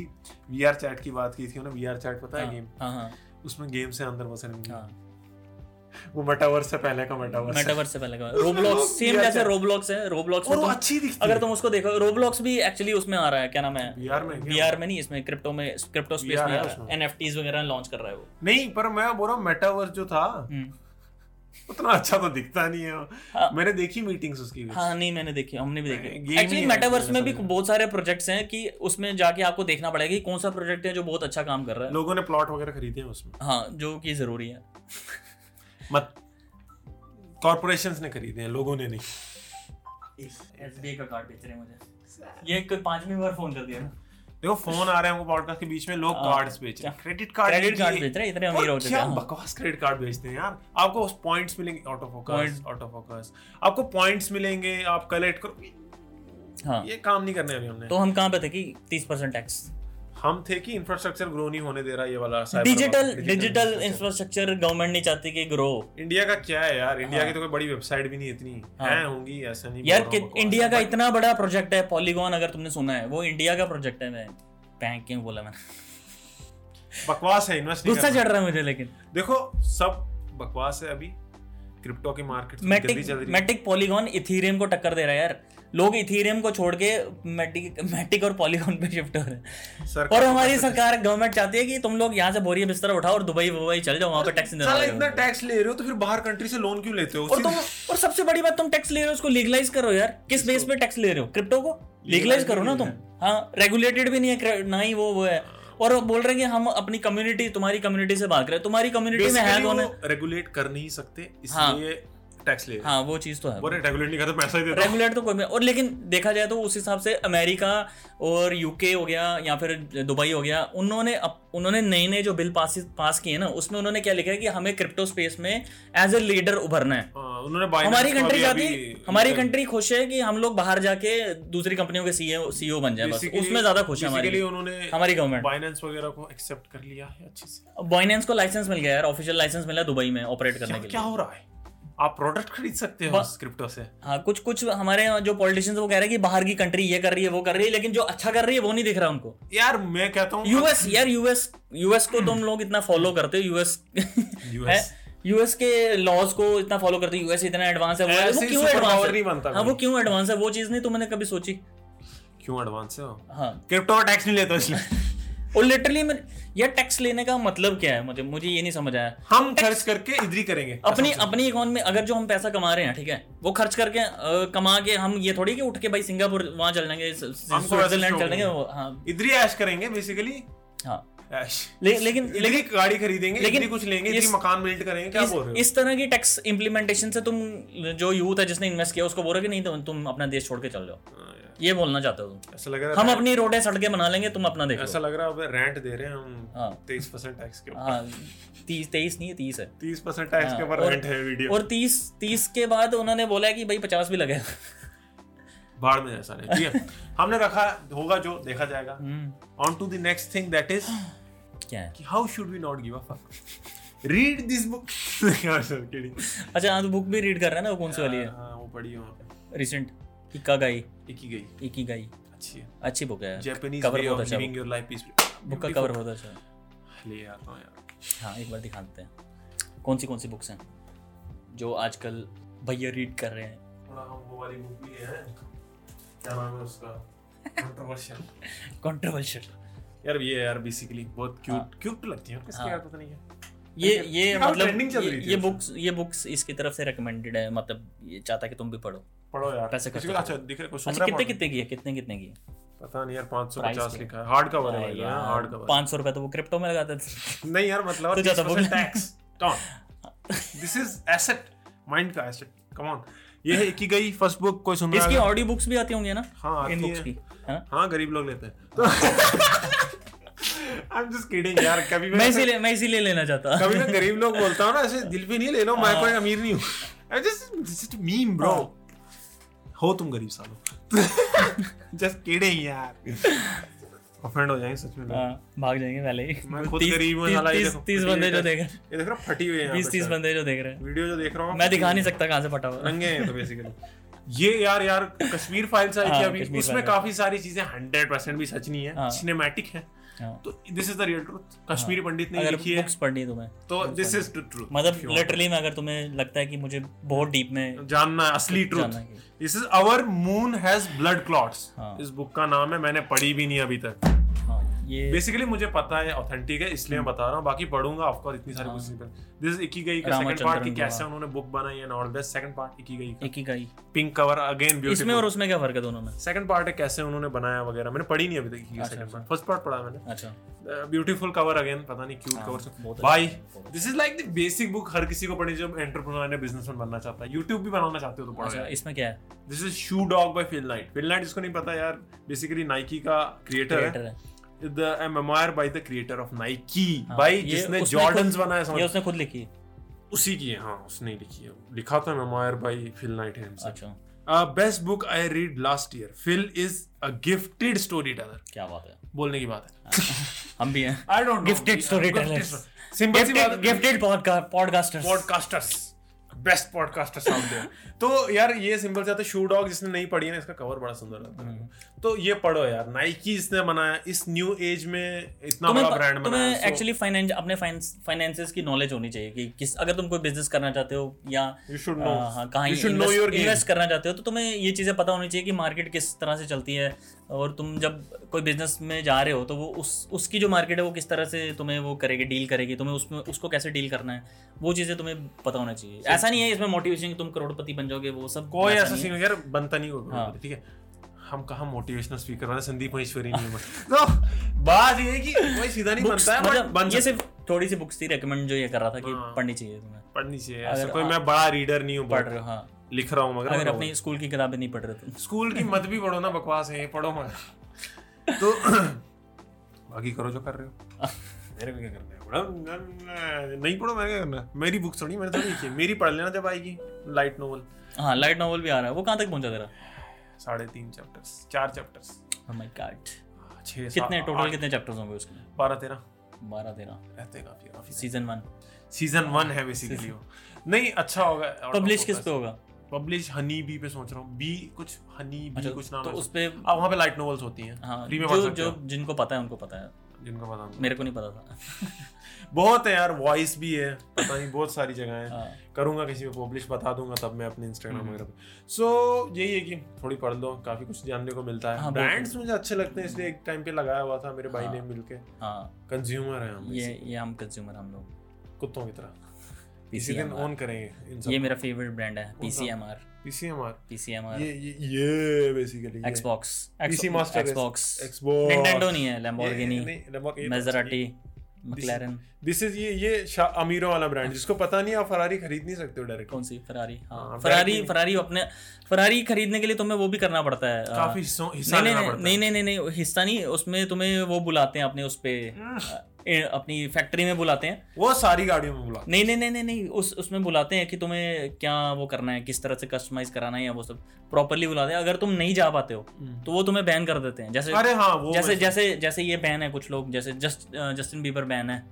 Speaker 1: वीआर चैट की बात की थी उन्होंने वीआर चैट पता
Speaker 2: हाँ,
Speaker 1: है गेम
Speaker 2: हाँ हाँ
Speaker 1: उसमें गेम से अंदर बसे नहीं
Speaker 2: हाँ
Speaker 1: वो मेटावर्स से पहले का मेटावर्स है।
Speaker 2: मेटावर्स से पहले का
Speaker 1: उसमें
Speaker 2: रोब्लॉक्स
Speaker 1: लोग
Speaker 2: सेम
Speaker 1: VR
Speaker 2: जैसे
Speaker 1: से-
Speaker 2: रोब्लॉक्स है रोब्लॉक्स
Speaker 1: और
Speaker 2: में
Speaker 1: वो
Speaker 2: तुम
Speaker 1: अच्छी दिखती
Speaker 2: तो अगर तुम उसको देखो रोब्लॉक्स भी एक्चुअली उसमें आ रहा है क्या नाम है
Speaker 1: वीआर में क्या?
Speaker 2: वीआर में नहीं इसमें क्रिप्टो में क्रिप्टो स्पेस
Speaker 1: VR
Speaker 2: में आ
Speaker 1: है
Speaker 2: रहा है
Speaker 1: उसमें।
Speaker 2: एनएफटीज वगैरह लॉन्च कर रहा है वो
Speaker 1: नहीं पर मैं बोल रहा हूँ मेटावर्स जो था
Speaker 2: हम्म।
Speaker 1: उतना अच्छा तो दिखता नहीं है
Speaker 2: हाँ।
Speaker 1: वो। मैंने देखी मीटिंग्स उसकी भी।
Speaker 2: हाँ नहीं मैंने देखी हमने भी देखी
Speaker 1: Game ही
Speaker 2: एक्चुअली
Speaker 1: है
Speaker 2: मेटावर्स
Speaker 1: actually
Speaker 2: में भी
Speaker 1: ऐसा
Speaker 2: बहुत सारे प्रोजेक्ट्स हैं कि उसमें जाके आपको देखना पड़ेगा कि कौन सा प्रोजेक्ट है जो बहुत अच्छा काम कर रहा है
Speaker 1: लोगों ने प्लॉट वगैरह खरीदे हैं उसमें
Speaker 2: हाँ जो कि जरूरी है
Speaker 1: मत कॉर्पोरेशंस ने खरीदे हैं लोगों ने नहीं
Speaker 2: एसबीआई का कार्ड बेच रहे हैं मुझे ये कोई पांचवी बार फोन कर दिया ना
Speaker 1: देखो फोन आ रहे हैं हमको पॉडकास्ट के बीच में लोग
Speaker 2: हाँ।
Speaker 1: कार्ड्स बेच रहे हैं क्रेडिट कार्ड
Speaker 2: क्रेडिट कार्ड बेच रहे हैं इतने अमीर हो चुके
Speaker 1: क्या
Speaker 2: हैं हाँ।
Speaker 1: बकवास क्रेडिट कार्ड बेचते हैं यार आपको उस पॉइंट्स मिलेंगे auto focus
Speaker 2: Point.
Speaker 1: Auto focus आपको पॉइंट्स मिलेंगे आप कलेक्ट करो
Speaker 2: हाँ
Speaker 1: ये काम नहीं करने अभी हमने
Speaker 2: तो हम कहाँ पे थे कि तीस परसेंट टैक्स
Speaker 1: हम थे कि इंफ्रास्ट्रक्चर ग्रो नहीं होने दे रहा ये वाला cyber
Speaker 2: डिजिटल
Speaker 1: वाला-
Speaker 2: डिजिटल
Speaker 1: infrastructure।
Speaker 2: इंफ्रास्ट्रक्चर गवर्नमेंट नहीं चाहती कि ग्रो
Speaker 1: इंडिया का क्या है यार इंडिया
Speaker 2: हाँ।
Speaker 1: की तो कोई बड़ी वेबसाइट भी नहीं इतनी
Speaker 2: हाँ।
Speaker 1: है होंगी ऐसा नहीं
Speaker 2: यार
Speaker 1: बोल रहा
Speaker 2: कि
Speaker 1: हूँ बकवास।
Speaker 2: इंडिया का इतना बड़ा प्रोजेक्ट है पॉलीगॉन अगर तुमने सुना है वो इंडिया का प्रोजेक्ट है मैं बैंक क्यों बोला मैंने
Speaker 1: बकवास है इन्वेस्ट
Speaker 2: गुस्सा चढ़ रहा है मुझे लेकिन
Speaker 1: देखो सब बकवास है अभी क्रिप्टो की तो मार्केट गंदी चल
Speaker 2: मैटिक
Speaker 1: रही है
Speaker 2: मैटिक पॉलीगॉन इथीरियम को टक्कर दे रहा है यार लोग इथीरियम को छोड़ के मैटिक मैटिक और पॉलीगॉन पे शिफ्ट हो रहे हैं
Speaker 1: सरकार
Speaker 2: और हमारी सरकार गवर्नमेंट चाहती है कि तुम लोग यहाँ से बोरिया बिस्तर उठाओ और दुबई वुबई चल जाओ वहाँ पे टैक्स नहीं
Speaker 1: साला
Speaker 2: देना
Speaker 1: इतना
Speaker 2: लगेगा।
Speaker 1: टैक्स ले रहे हो तो फिर बाहर कंट्री से लोन क्यों लेते हो
Speaker 2: और तो
Speaker 1: उसी-
Speaker 2: तुम और सबसे बड़ी बात तुम टैक्स ले रहे हो उसको लीगलाइज करो यार किस बेस पे टैक्स ले रहे हो क्रिप्टो को लीगलाइज
Speaker 1: Legalize
Speaker 2: करो ना
Speaker 1: भी
Speaker 2: तुम हाँ रेगुलेटेड भी नहीं है cri- ना ही वो वो है और वो बोल रहे हैं कि हम अपनी कम्युनिटी तुम्हारी कम्युनिटी से भाग रहे हैं तुम्हारी कम्युनिटी में हैंग होने
Speaker 1: रेगुलेट कर नहीं सकते इसलिए टैक्स ले रहे हैं।
Speaker 2: हाँ वो चीज तो है
Speaker 1: बोले रेगुलेट नहीं करते पैसा ही देता
Speaker 2: रेगुलेट तो कोई भी और लेकिन देखा जाए तो उस हिसाब से अमेरिका और यूके हो गया या फिर दुबई हो गया उन्होंने अप- उन्होंने नए नए जो बिल पास पास किए ना उसमें उन्होंने क्या लिखा है कि हमें क्रिप्टो स्पेस में एज ए लीडर उभरना है
Speaker 1: हाँ, उन्होंने Binance
Speaker 2: हमारी
Speaker 1: को
Speaker 2: कंट्री
Speaker 1: अभी-
Speaker 2: जाती
Speaker 1: अभी-
Speaker 2: हमारी कंट्री खुश है कि हम लोग बाहर जाके दूसरी कंपनियों के सीईओ सीईओ बन जाए बस
Speaker 1: basically-
Speaker 2: उसमें ज्यादा खुश है
Speaker 1: basically
Speaker 2: हमारी
Speaker 1: उन्होंने
Speaker 2: हमारी गवर्नमेंट
Speaker 1: बाइनेंस वगैरह को एक्सेप्ट कर लिया है अच्छे से तो
Speaker 2: बाइनेंस को लाइसेंस मिल गया यार ऑफिशियल लाइसेंस मिला दुबई में ऑपरेट करने
Speaker 1: क्या,
Speaker 2: के लिए
Speaker 1: क्या हो रहा है आप प्रोडक्ट खरीद सकते हो
Speaker 2: बस-
Speaker 1: क्रिप्टो से
Speaker 2: हाँ कुछ कुछ हमारे यहाँ जो पॉलिटिशियंस वो कह रहे हैं कि बाहर की कंट्री ये कर रही है वो कर रही है लेकिन जो अच्छा कर रही है वो नहीं दिख रहा उनको
Speaker 1: यार मैं कहता हूँ
Speaker 2: यूएस यार यूएस यूएस को तुम लोग इतना फॉलो करते हो यूएस
Speaker 1: US.
Speaker 2: यूएस के लॉज को इतना फॉलो करते हो यूएस इतना एडवांस है वो है, वो
Speaker 1: ऐसे
Speaker 2: क्यों
Speaker 1: superpower नहीं
Speaker 2: एडवांस
Speaker 1: बनता
Speaker 2: है हाँ वो
Speaker 1: कोई।
Speaker 2: क्यों एडवांस है वो चीज नहीं तुमने कभी सोची
Speaker 1: क्यों एडवांस हो
Speaker 2: हाँ
Speaker 1: क्रिप्टो का टैक्स नहीं लेते हो इसलिए
Speaker 2: और लिटरली मैं यार टैक्स लेने का मतलब क्या है मुझे मुझे ये नहीं समझ आया
Speaker 1: हम खर्च करके इधर ही करेंगे
Speaker 2: अपनी अपनी इकोनॉमी अगर जो हम पैसा कमा रहे हैं ठीक है वो खर्च करके अ, कमा के हम ये थोड़ी कि उठ के भाई सिंगापुर वहां चल जाएंगे स- स-
Speaker 1: हमको वैसे
Speaker 2: स्विट्जरलैंड
Speaker 1: शौक
Speaker 2: चल जाएंगे
Speaker 1: नहीं
Speaker 2: वो- हाँ
Speaker 1: इधर ही ऐश करेंगे बेसिकली
Speaker 2: हाँ
Speaker 1: ऐश
Speaker 2: ले, लेकिन
Speaker 1: लेकिन गाड़ी खरीदेंगे
Speaker 2: लेकिन
Speaker 1: लेकिन कुछ लेंगे
Speaker 2: इस-
Speaker 1: इतनी मकान बिल्ड करेंगे क्या बोल
Speaker 2: इस,
Speaker 1: रहे
Speaker 2: इस तरह की टैक्स इम्प्लीमेंटेशन से तुम जो यूथ है जिसने इन्वेस्ट किया उसको बोल रहे हो कि नहीं तुम तुम अपना देश छोड़ के चल जाओ
Speaker 1: हो हाँ यार,
Speaker 2: ये बोलना चाहते हो तुम
Speaker 1: ऐसा लग रहा है
Speaker 2: हम अपनी रोडें सड़कें बना लेंगे तुम अपना देखो
Speaker 1: ऐसा लग रहा है अब रेंट दे रहे हैं
Speaker 2: तो हाँ।
Speaker 1: हम तेईस परसेंट टैक्स के ऊपर
Speaker 2: हाँ तीस तेईस नहीं है तीस है
Speaker 1: तीस परसेंट टैक्स के
Speaker 2: हाँ,
Speaker 1: ऊपर
Speaker 2: और-
Speaker 1: रेंट है वीडियो
Speaker 2: और तीस तीस के बाद उन्होंने बोला है कि भाई पचास भी लगेगा
Speaker 1: बाढ़ में ऐसा नहीं ठीक है हमने रखा होगा जो देखा जाएगा on to the next thing that is
Speaker 2: hmm, क्या है
Speaker 1: कि how should we not give a fuck read this book sir kidding
Speaker 2: अच्छा हाँ तो बुक भी रीड कर रहा है ना वो कौन सी वाली है
Speaker 1: हाँ वो पढ़ी है वहाँ पे
Speaker 2: रिसेंट इक्का गाई
Speaker 1: एक ही गई
Speaker 2: इकी गाई
Speaker 1: अच्छी है
Speaker 2: अच्छी बुक है
Speaker 1: जापानीज
Speaker 2: कवर
Speaker 1: वे
Speaker 2: बहुत
Speaker 1: ऑफ
Speaker 2: अच्छा
Speaker 1: living your life is
Speaker 2: book का कवर बहुत अच्छा है
Speaker 1: ले आता हूँ यार
Speaker 2: हाँ एक बार दिखा देते हैं कौन सी कौन सी बुक्स हैं जो आजकल भैया रीड कर रहे हैं
Speaker 1: थोड़ा हम वो वाली बुक भी है क्या नाम है उसका कंट्रोवर्शियल
Speaker 2: कंट्रोवर्शियल
Speaker 1: यार ये यार बेसिकली बहुत क्यूट क्यूट लगती है किसके
Speaker 2: हाँ।
Speaker 1: यार पता नहीं है
Speaker 2: ये
Speaker 1: ये-
Speaker 2: ये
Speaker 1: ये काफी
Speaker 2: मतलब
Speaker 1: अच्छा, trending चल
Speaker 2: ये,
Speaker 1: रही थी
Speaker 2: ये
Speaker 1: वैसे।
Speaker 2: बुक्स ये बुक्स इसकी तरफ से रेकमेंडेड है मतलब ये चाहता है कि तुम भी पढ़ो
Speaker 1: पढ़ो यार
Speaker 2: पैसे
Speaker 1: किसी
Speaker 2: खर्च
Speaker 1: को-
Speaker 2: करो।
Speaker 1: अच्छा दिख रहा है, कोई सुन
Speaker 2: अच्छा
Speaker 1: रहा है
Speaker 2: कितने
Speaker 1: पढ़ो।
Speaker 2: कितने की है कितने कितने की है
Speaker 1: पता नहीं यार 550
Speaker 2: Price क्या?
Speaker 1: लिखा है हार्ड कवर है भाई हार्ड कवर
Speaker 2: पाँच सौ रुपये तो वो क्रिप्टो में लगाते थे
Speaker 1: नहीं यार मतलब
Speaker 2: तो ज्यादा बोल-
Speaker 1: टैक्स कम दिस इज एसेट माइंड का एसेट कम ऑन ये है एक ही गई फर्स्ट बुक कोई सुन रहा
Speaker 2: इसकी
Speaker 1: है
Speaker 2: ऑडियो बुक्स भी आती होंगी ना
Speaker 1: हाँ
Speaker 2: इन
Speaker 1: आती
Speaker 2: बुक्स की
Speaker 1: है
Speaker 2: है ना
Speaker 1: हाँ गरीब लोग लेते हैं आई एम जस्ट किडिंग यार कभी
Speaker 2: मैं
Speaker 1: मैं
Speaker 2: इसीलिए मैं इसीलिए लेना चाहता
Speaker 1: कभी मैं गरीब लोग बोलता हूँ ना ऐसे दिल पे नहीं ले लो मैं कोई अमीर नहीं हूँ I just just meme bro
Speaker 2: हाँ।
Speaker 1: हो तुम गरीब सालो जस्ट किडिंग यार ऑफेंड हो जाएंगे सच में लोग।
Speaker 2: हाँ, भाग जाएंगे पहले ही
Speaker 1: मैं खुद
Speaker 2: तीस-
Speaker 1: गरीब हूँ,
Speaker 2: तीस-
Speaker 1: साला ये
Speaker 2: तीस-
Speaker 1: देखो,
Speaker 2: तीस
Speaker 1: फटी
Speaker 2: बंदे
Speaker 1: हुई
Speaker 2: जो
Speaker 1: है।
Speaker 2: देख रहे
Speaker 1: ये देख रहा फटी हुई है यहाँ
Speaker 2: हैं बीस
Speaker 1: पे
Speaker 2: तीस
Speaker 1: शायद।
Speaker 2: बंदे जो देख रहे हैं
Speaker 1: वीडियो जो देख रहा हूँ
Speaker 2: मैं दिखा नहीं सकता कहाँ से फटा हुआ है।
Speaker 1: नंगे हैं तो बेसिकली ये यार यार कश्मीर फाइल्स आई थी
Speaker 2: हाँ,
Speaker 1: अभी
Speaker 2: कश्मीर
Speaker 1: उसमें
Speaker 2: फाइल।
Speaker 1: काफी सारी चीजें हंड्रेड परसेंट भी सच नहीं है
Speaker 2: हाँ।
Speaker 1: सिनेमैटिक है
Speaker 2: हाँ।
Speaker 1: तो this is the real truth Kashmiri Pandit ने ये
Speaker 2: अगर
Speaker 1: लिखी है
Speaker 2: बुक्स पढ़नी है तुम्हें
Speaker 1: तो दिस इज द ट्रूथ
Speaker 2: मतलब लिटरली में अगर तुम्हें लगता है कि मुझे बहुत डीप में
Speaker 1: जानना है असली
Speaker 2: जानना
Speaker 1: ट्रूथ
Speaker 2: है कि-
Speaker 1: this is our moon has blood clots
Speaker 2: हाँ।
Speaker 1: इस बुक का नाम है मैंने पढ़ी भी नहीं अभी तक
Speaker 2: हाँ ये
Speaker 1: बेसिकली मुझे पता है ऑथेंटिक है इसलिए
Speaker 2: हम्म।
Speaker 1: मैं बता रहा हूँ बाकी पढ़ूंगा ऑफकोर्स इतनी सारी पुस्तकें दिस इकिगाई का सेकंड पार्ट कि
Speaker 2: हाँ। रामाचंद्रन
Speaker 1: कैसे उन्होंने बुक बनाई and all that second part Ikigai का
Speaker 2: एक ही गई
Speaker 1: पिंक कवर अगेन
Speaker 2: इसमें
Speaker 1: ब्यूटीफुल
Speaker 2: और उसमें क्या फर्क है दोनों में
Speaker 1: सेकंड पार्ट है कैसे उन्होंने बनाया वगैरह मैंने पढ़ी नहीं अभी तक Ikigai second part first part पढ़ा मैंने
Speaker 2: अच्छा
Speaker 1: ब्यूटीफुल कवर अगेन पता नहीं क्यूट
Speaker 2: हाँ, बहुत
Speaker 1: कवर
Speaker 2: अच्छा
Speaker 1: भाई
Speaker 2: है, बहुत
Speaker 1: this is like the basic book हर किसी को पढ़नी चाहिए जो एंटरप्रेन्योर या बिजनेसमैन बनना चाहता है यूट्यूब भी बनाना चाहते हो तो पढ़ो
Speaker 2: अच्छा
Speaker 1: यार
Speaker 2: इसमें क्या है
Speaker 1: this is shoe dog by Phil Knight Phil Knight जिसको नहीं पता यार बेसिकली नाइकी का क्रिएटर है
Speaker 2: क्रिएटर है
Speaker 1: the M M R by the creator of Nike
Speaker 2: हाँ,
Speaker 1: भाई
Speaker 2: ये
Speaker 1: जिसने
Speaker 2: उसने
Speaker 1: जॉर्डन्स
Speaker 2: खुद-
Speaker 1: बनाया
Speaker 2: ये
Speaker 1: समझ
Speaker 2: उसने खुद लिखी है।
Speaker 1: उसी की है हाँ उसने ही लिखी है लिखा तो M M R by Phil Knight है
Speaker 2: अच्छा
Speaker 1: best book I read last year Phil is a gifted storyteller
Speaker 2: क्या बात है
Speaker 1: बोलने की बात है
Speaker 2: हम भी हैं
Speaker 1: आई डोंट
Speaker 2: हाँ। Gifted storytellers.
Speaker 1: सिंपल सी बात
Speaker 2: gifted gifted podcasters
Speaker 1: podcasters best podcasters out there तो यार ये सिंपल सा था शू डॉग जिसने नहीं पढ़ी है ना इसका कवर बड़ा सुंदर लगता है
Speaker 2: हम्म।
Speaker 1: तो ये पढ़ो यार नाइकी इसने बनाया इस न्यू एज में
Speaker 2: तो
Speaker 1: इतना बड़ा ब्रांड
Speaker 2: तुम्हें
Speaker 1: बनाया
Speaker 2: तुम्हें एक्चुअली फाइनेंस अपने फाइनेंसेस की नॉलेज होनी चाहिए कि किस अगर तुम कोई बिजनेस करना चाहते हो या
Speaker 1: यू शुड नो
Speaker 2: आ, हाँ, कहाँ
Speaker 1: You should know your game.
Speaker 2: Invest करना चाहते हो तो तुम्हें ये चीज़ें पता होनी चाहिए कि मार्केट किस तरह से चलती है और तुम जब कोई बिजनेस में जा रहे हो तो वो उस उसकी जो मार्केट है वो किस तरह से तुम्हें वो करेगी डील करेगी तुम्हें उसमें उसको कैसे डील करना है वो चीज़ें तुम्हें पता होना चाहिए ऐसा नहीं है इसमें मोटिवेशन तुम करोड़पति बन जाओगे वो सब
Speaker 1: कोई ऐसा
Speaker 2: नहीं है।
Speaker 1: सीन यार बनता नहीं होगा
Speaker 2: हाँ।
Speaker 1: ठीक है हम कहा मोटिवेशनल स्पीकर वाले संदीप महेश्वरी नहीं बन तो बात ये है कि कोई सीधा नहीं
Speaker 2: Books,
Speaker 1: बनता है बट
Speaker 2: मतलब
Speaker 1: बन
Speaker 2: ये
Speaker 1: सकता है।
Speaker 2: सिर्फ थोड़ी सी बुक्स थी रेकमेंड जो ये कर रहा था कि
Speaker 1: हाँ।
Speaker 2: पढ़नी चाहिए तुम्हें
Speaker 1: पढ़नी चाहिए ऐसा
Speaker 2: अगर
Speaker 1: कोई
Speaker 2: आ-
Speaker 1: मैं बड़ा रीडर नहीं हूँ
Speaker 2: पढ़
Speaker 1: बट
Speaker 2: रहे हो हाँ
Speaker 1: लिख रहा हूँ मगर
Speaker 2: अगर
Speaker 1: मैं
Speaker 2: अपनी स्कूल की किताबें नहीं पढ़ रहे तो। तुम
Speaker 1: स्कूल की मत भी पढ़ो ना बकवास है ये पढ़ो मत तो बाकी करो जो कर रहे हो मेरे को क्या करना है बड़ा न- न- नहीं पढ़ो मैंने क्या करना है? मेरी बुक सुनी मैंने थोड़ी लिखी है। मेरी पढ़ लेना जब आएगी लाइट नोवेल
Speaker 2: हाँ लाइट नॉवल भी आ रहा है वो कहाँ तक पहुंचा तेरा
Speaker 1: साढ़े तीन चैप्टर्स चार चैप्टर्स
Speaker 2: oh my god
Speaker 1: छः
Speaker 2: कितने टोटल कितने चैप्टर्स होंगे उसके
Speaker 1: बारह तेरह
Speaker 2: बारह तेरह
Speaker 1: रहते हैं काफी काफी
Speaker 2: सीजन वन
Speaker 1: सीजन वन है बेसिकली वो नहीं अच्छा होगा
Speaker 2: पब्लिश किस पे होगा
Speaker 1: पब्लिश हनी बी पे सोच रहा हूँ बी कुछ हनी बी कुछ नाम
Speaker 2: तो
Speaker 1: है
Speaker 2: उस पे
Speaker 1: अब वहाँ पे लाइट नोवेल्स होती हैं
Speaker 2: हाँ
Speaker 1: फ्री में पढ़
Speaker 2: जो
Speaker 1: सकते
Speaker 2: जो
Speaker 1: हो
Speaker 2: जिनको पता है उनको पता है
Speaker 1: जिनको पता नहीं।
Speaker 2: मेरे को नहीं पता था
Speaker 1: बहुत है यार वॉइस भी है पता नहीं बहुत सारी जगह है
Speaker 2: हाँ। हम्म।
Speaker 1: करूंगा किसी पे पब्लिश बता दूंगा तब मैं अपने इंस्टाग्राम वगैरह पे सो यही है कि थोड़ी पढ़ लो काफी कुछ जानने को मिलता है
Speaker 2: हाँ, बहुत
Speaker 1: ब्रांड्स मुझे अच्छे लगते हैं इसलिए एक टाइम पे लगाया हुआ था मेरे भाई ने मिलके
Speaker 2: हाँ
Speaker 1: कंज्यूमर है हम
Speaker 2: ये ये हम कंज्यूमर हम लोग
Speaker 1: basically, कुत्तों की तरह इसी दिन
Speaker 2: पीसीएमआर
Speaker 1: ऑन करेंगे इन
Speaker 2: ये
Speaker 1: सब
Speaker 2: मेरा फेवरेट ब्रांड है पीसीएमआर
Speaker 1: पीसीएमआर
Speaker 2: पीसीएमआर
Speaker 1: ये ये ये basically
Speaker 2: Xbox
Speaker 1: PC Master Race,
Speaker 2: Xbox
Speaker 1: Xbox
Speaker 2: Nintendo नहीं है Lamborghini
Speaker 1: तो
Speaker 2: Maserati McLaren
Speaker 1: दिस इज ये ये शा- अमीरों वाला ब्रांड जिसको पता नहीं आप फरारी खरीद नहीं सकते हो डायरेक्ट
Speaker 2: कौन सी फरारी
Speaker 1: हाँ,
Speaker 2: हाँ फरारी
Speaker 1: Lamborghini।
Speaker 2: फरारी अपने फरारी खरीदने के लिए तुम्हें वो भी करना पड़ता है आ,
Speaker 1: काफी हिस्सों- हिस्सा
Speaker 2: नहीं
Speaker 1: लेना
Speaker 2: नहीं
Speaker 1: पड़ता है।
Speaker 2: नहीं नहीं नहीं नहीं हिस्सा नहीं उसमें तुम्हें वो बुलाते हैं अपने उस पे अ, ए- अपनी फैक्ट्री में बुलाते हैं
Speaker 1: हम्म। वो सारी गाड़ियों में बुला
Speaker 2: नहीं नहीं नहीं नहीं नहीं उस उसमें बुलाते हैं कि तुम्हें क्या वो करना है किस तरह से कस्टमाइज कराना है या वो सब प्रॉपरली बुलाते हैं अगर तुम नहीं जा पाते हो तो वो तुम्हें बैन कर देते हैं जैसे
Speaker 1: हम्म। अरे हाँ वो
Speaker 2: जैसे जैसे जैसे ये बैन है कुछ लोग जैसे जस्ट जस्टिन बीबर बैन है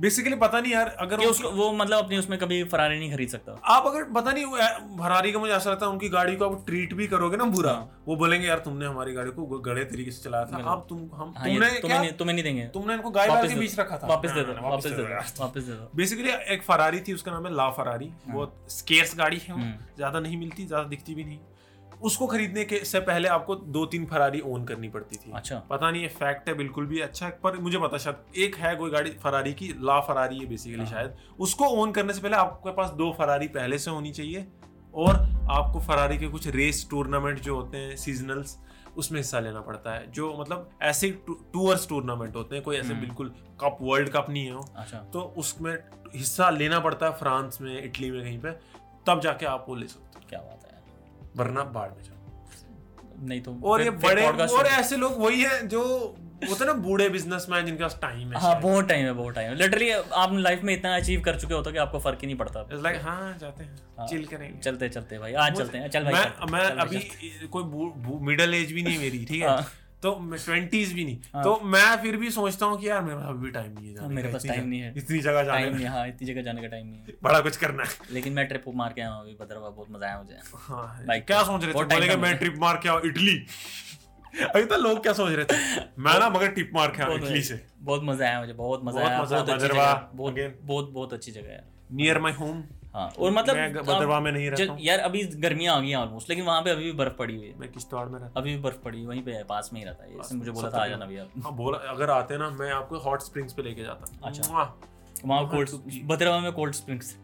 Speaker 1: बेसिकली पता नहीं यार अगर
Speaker 2: कि
Speaker 1: उनकी-
Speaker 2: उसको वो मतलब अपनी उसमें कभी फरारी नहीं खरीद सकता
Speaker 1: आप अगर पता नहीं वो- भरारी का मुझे ऐसा लगता है उनकी गाड़ी को आप ट्रीट भी करोगे ना बुरा
Speaker 2: हाँ।
Speaker 1: वो बोलेंगे यार तुमने हमारी गाड़ी को गड़े तरीके से चलाया था आप तुम हम
Speaker 2: हाँ, ये
Speaker 1: तुमने
Speaker 2: तुम्हें
Speaker 1: क्या
Speaker 2: नहीं तुम्हें नहीं देंगे
Speaker 1: तुमने इनको गाय बैल
Speaker 2: वापस
Speaker 1: के
Speaker 2: दे-
Speaker 1: बीच रखा था हाँ,
Speaker 2: वापस
Speaker 1: ना,
Speaker 2: दे
Speaker 1: ना,
Speaker 2: दो
Speaker 1: ना,
Speaker 2: वापस दे दो
Speaker 1: यार।
Speaker 2: वापस दे दो
Speaker 1: बेसिकली एक फरारी थी उसका नाम है ला फरारी
Speaker 2: हाँ।
Speaker 1: वो स्केर्स गाड़ी है वो,
Speaker 2: हम्म।
Speaker 1: ज्यादा नहीं मिलती ज्यादा दिखती भी नहीं उसको खरीदने के से पहले आपको दो तीन फरारी ओन करनी पड़ती थी
Speaker 2: अच्छा
Speaker 1: पता नहीं ये फैक्ट है बिल्कुल भी अच्छा है, पर मुझे पता शायद एक है कोई गाड़ी फरारी की ला फरारी है बेसिकली शायद उसको ओन करने से पहले आपके पास दो फरारी पहले से होनी चाहिए और आपको फरारी के कुछ रेस टूर्नामेंट जो होते हैं सीजनल्स उसमें हिस्सा लेना पड़ता है जो मतलब ऐसे टूअर्स टूर्नामेंट होते हैं कोई ऐसे बिल्कुल कप वर्ल्ड कप नहीं है वो
Speaker 2: अच्छा
Speaker 1: तो उसमें हिस्सा लेना पड़ता है फ्रांस में इटली में कहीं पे तब जाके आप वो ले सकते
Speaker 2: क्या बात है
Speaker 1: हो वरना बाढ़ में जाओ
Speaker 2: नहीं तो
Speaker 1: और ये
Speaker 2: फिर- फिर
Speaker 1: बड़े
Speaker 2: podcast
Speaker 1: और
Speaker 2: में-
Speaker 1: ऐसे लोग वही है जो होते हैं ना बूढ़े बिजनेसमैन जिनके पास टाइम है
Speaker 2: हाँ बहुत टाइम है बहुत टाइम है लिटरली आप लाइफ में इतना अचीव कर चुके होते हो तो कि आपको फर्क ही नहीं पड़ता
Speaker 1: इट्स लाइक हाँ जाते हैं चिल करेंगे
Speaker 2: चलते चलते भाई आज चलते हैं चल भाई
Speaker 1: मैं
Speaker 2: चलते हैं,
Speaker 1: मैं
Speaker 2: चल हाँ। भाई,
Speaker 1: अभी कोई मिडिल एज भी नहीं मेरी ठीक है तो ट्वेंटीज भी नहीं तो मैं फिर भी सोचता हूँ कि यार मेरे पास अभी टाइम नहीं है जाने
Speaker 2: हाँ। मेरे
Speaker 1: का,
Speaker 2: पास
Speaker 1: इतनी
Speaker 2: time
Speaker 1: जगह-
Speaker 2: नहीं है।
Speaker 1: इतनी जगह जाने
Speaker 2: टाइम
Speaker 1: का,
Speaker 2: नहीं हाँ इतनी जगह जाने का टाइम नहीं है
Speaker 1: बड़ा कुछ करना है
Speaker 2: लेकिन मैं ट्रिप मार के आया हूँ अभी भद्रवा बहुत मजा आया मुझे
Speaker 1: हाँ,
Speaker 2: Bike
Speaker 1: क्या
Speaker 2: पे।
Speaker 1: सोच रहे थे
Speaker 2: बहुत time
Speaker 1: बोले कि
Speaker 2: का
Speaker 1: मैं
Speaker 2: मुझे।
Speaker 1: ट्रिप मार के आऊँ इटली अभी तो लोग क्या सोच रहे थे मैं ना मगर ट्रिप मार के आऊँ
Speaker 2: बहुत
Speaker 1: इटली से
Speaker 2: बहुत मजा आया मुझे बहुत मजा
Speaker 1: बहुत
Speaker 2: आया
Speaker 1: मजा आया,
Speaker 2: बहुत अच्छी
Speaker 1: भद्रवा,
Speaker 2: जगह बहुत
Speaker 1: again।
Speaker 2: बहुत बहुत अच्छी जगह है
Speaker 1: नियर माई होम
Speaker 2: हाँ और
Speaker 1: मैं
Speaker 2: मतलब
Speaker 1: भद्रवा
Speaker 2: आप-
Speaker 1: में नहीं रहता
Speaker 2: जब- यार अभी गर्मियां आ गई हैं ऑलमोस्ट लेकिन वहां पे अभी भी बर्फ पड़ी हुई है
Speaker 1: मैं किश्तवाड़ में रहता
Speaker 2: अभी भी बर्फ पड़ी हुई है, वहीं पे है पास में ही रहता है इसने मुझे बोला था आ जाना भैया
Speaker 1: हूँ हाँ बोला अगर आते ना मैं आपको हॉट स्प्रिंग्स पे लेके जाता
Speaker 2: अच्छा।
Speaker 1: मुआ।
Speaker 2: वहाँ कोल्ड भद्रवा में कोल्ड स्प्रिंग्स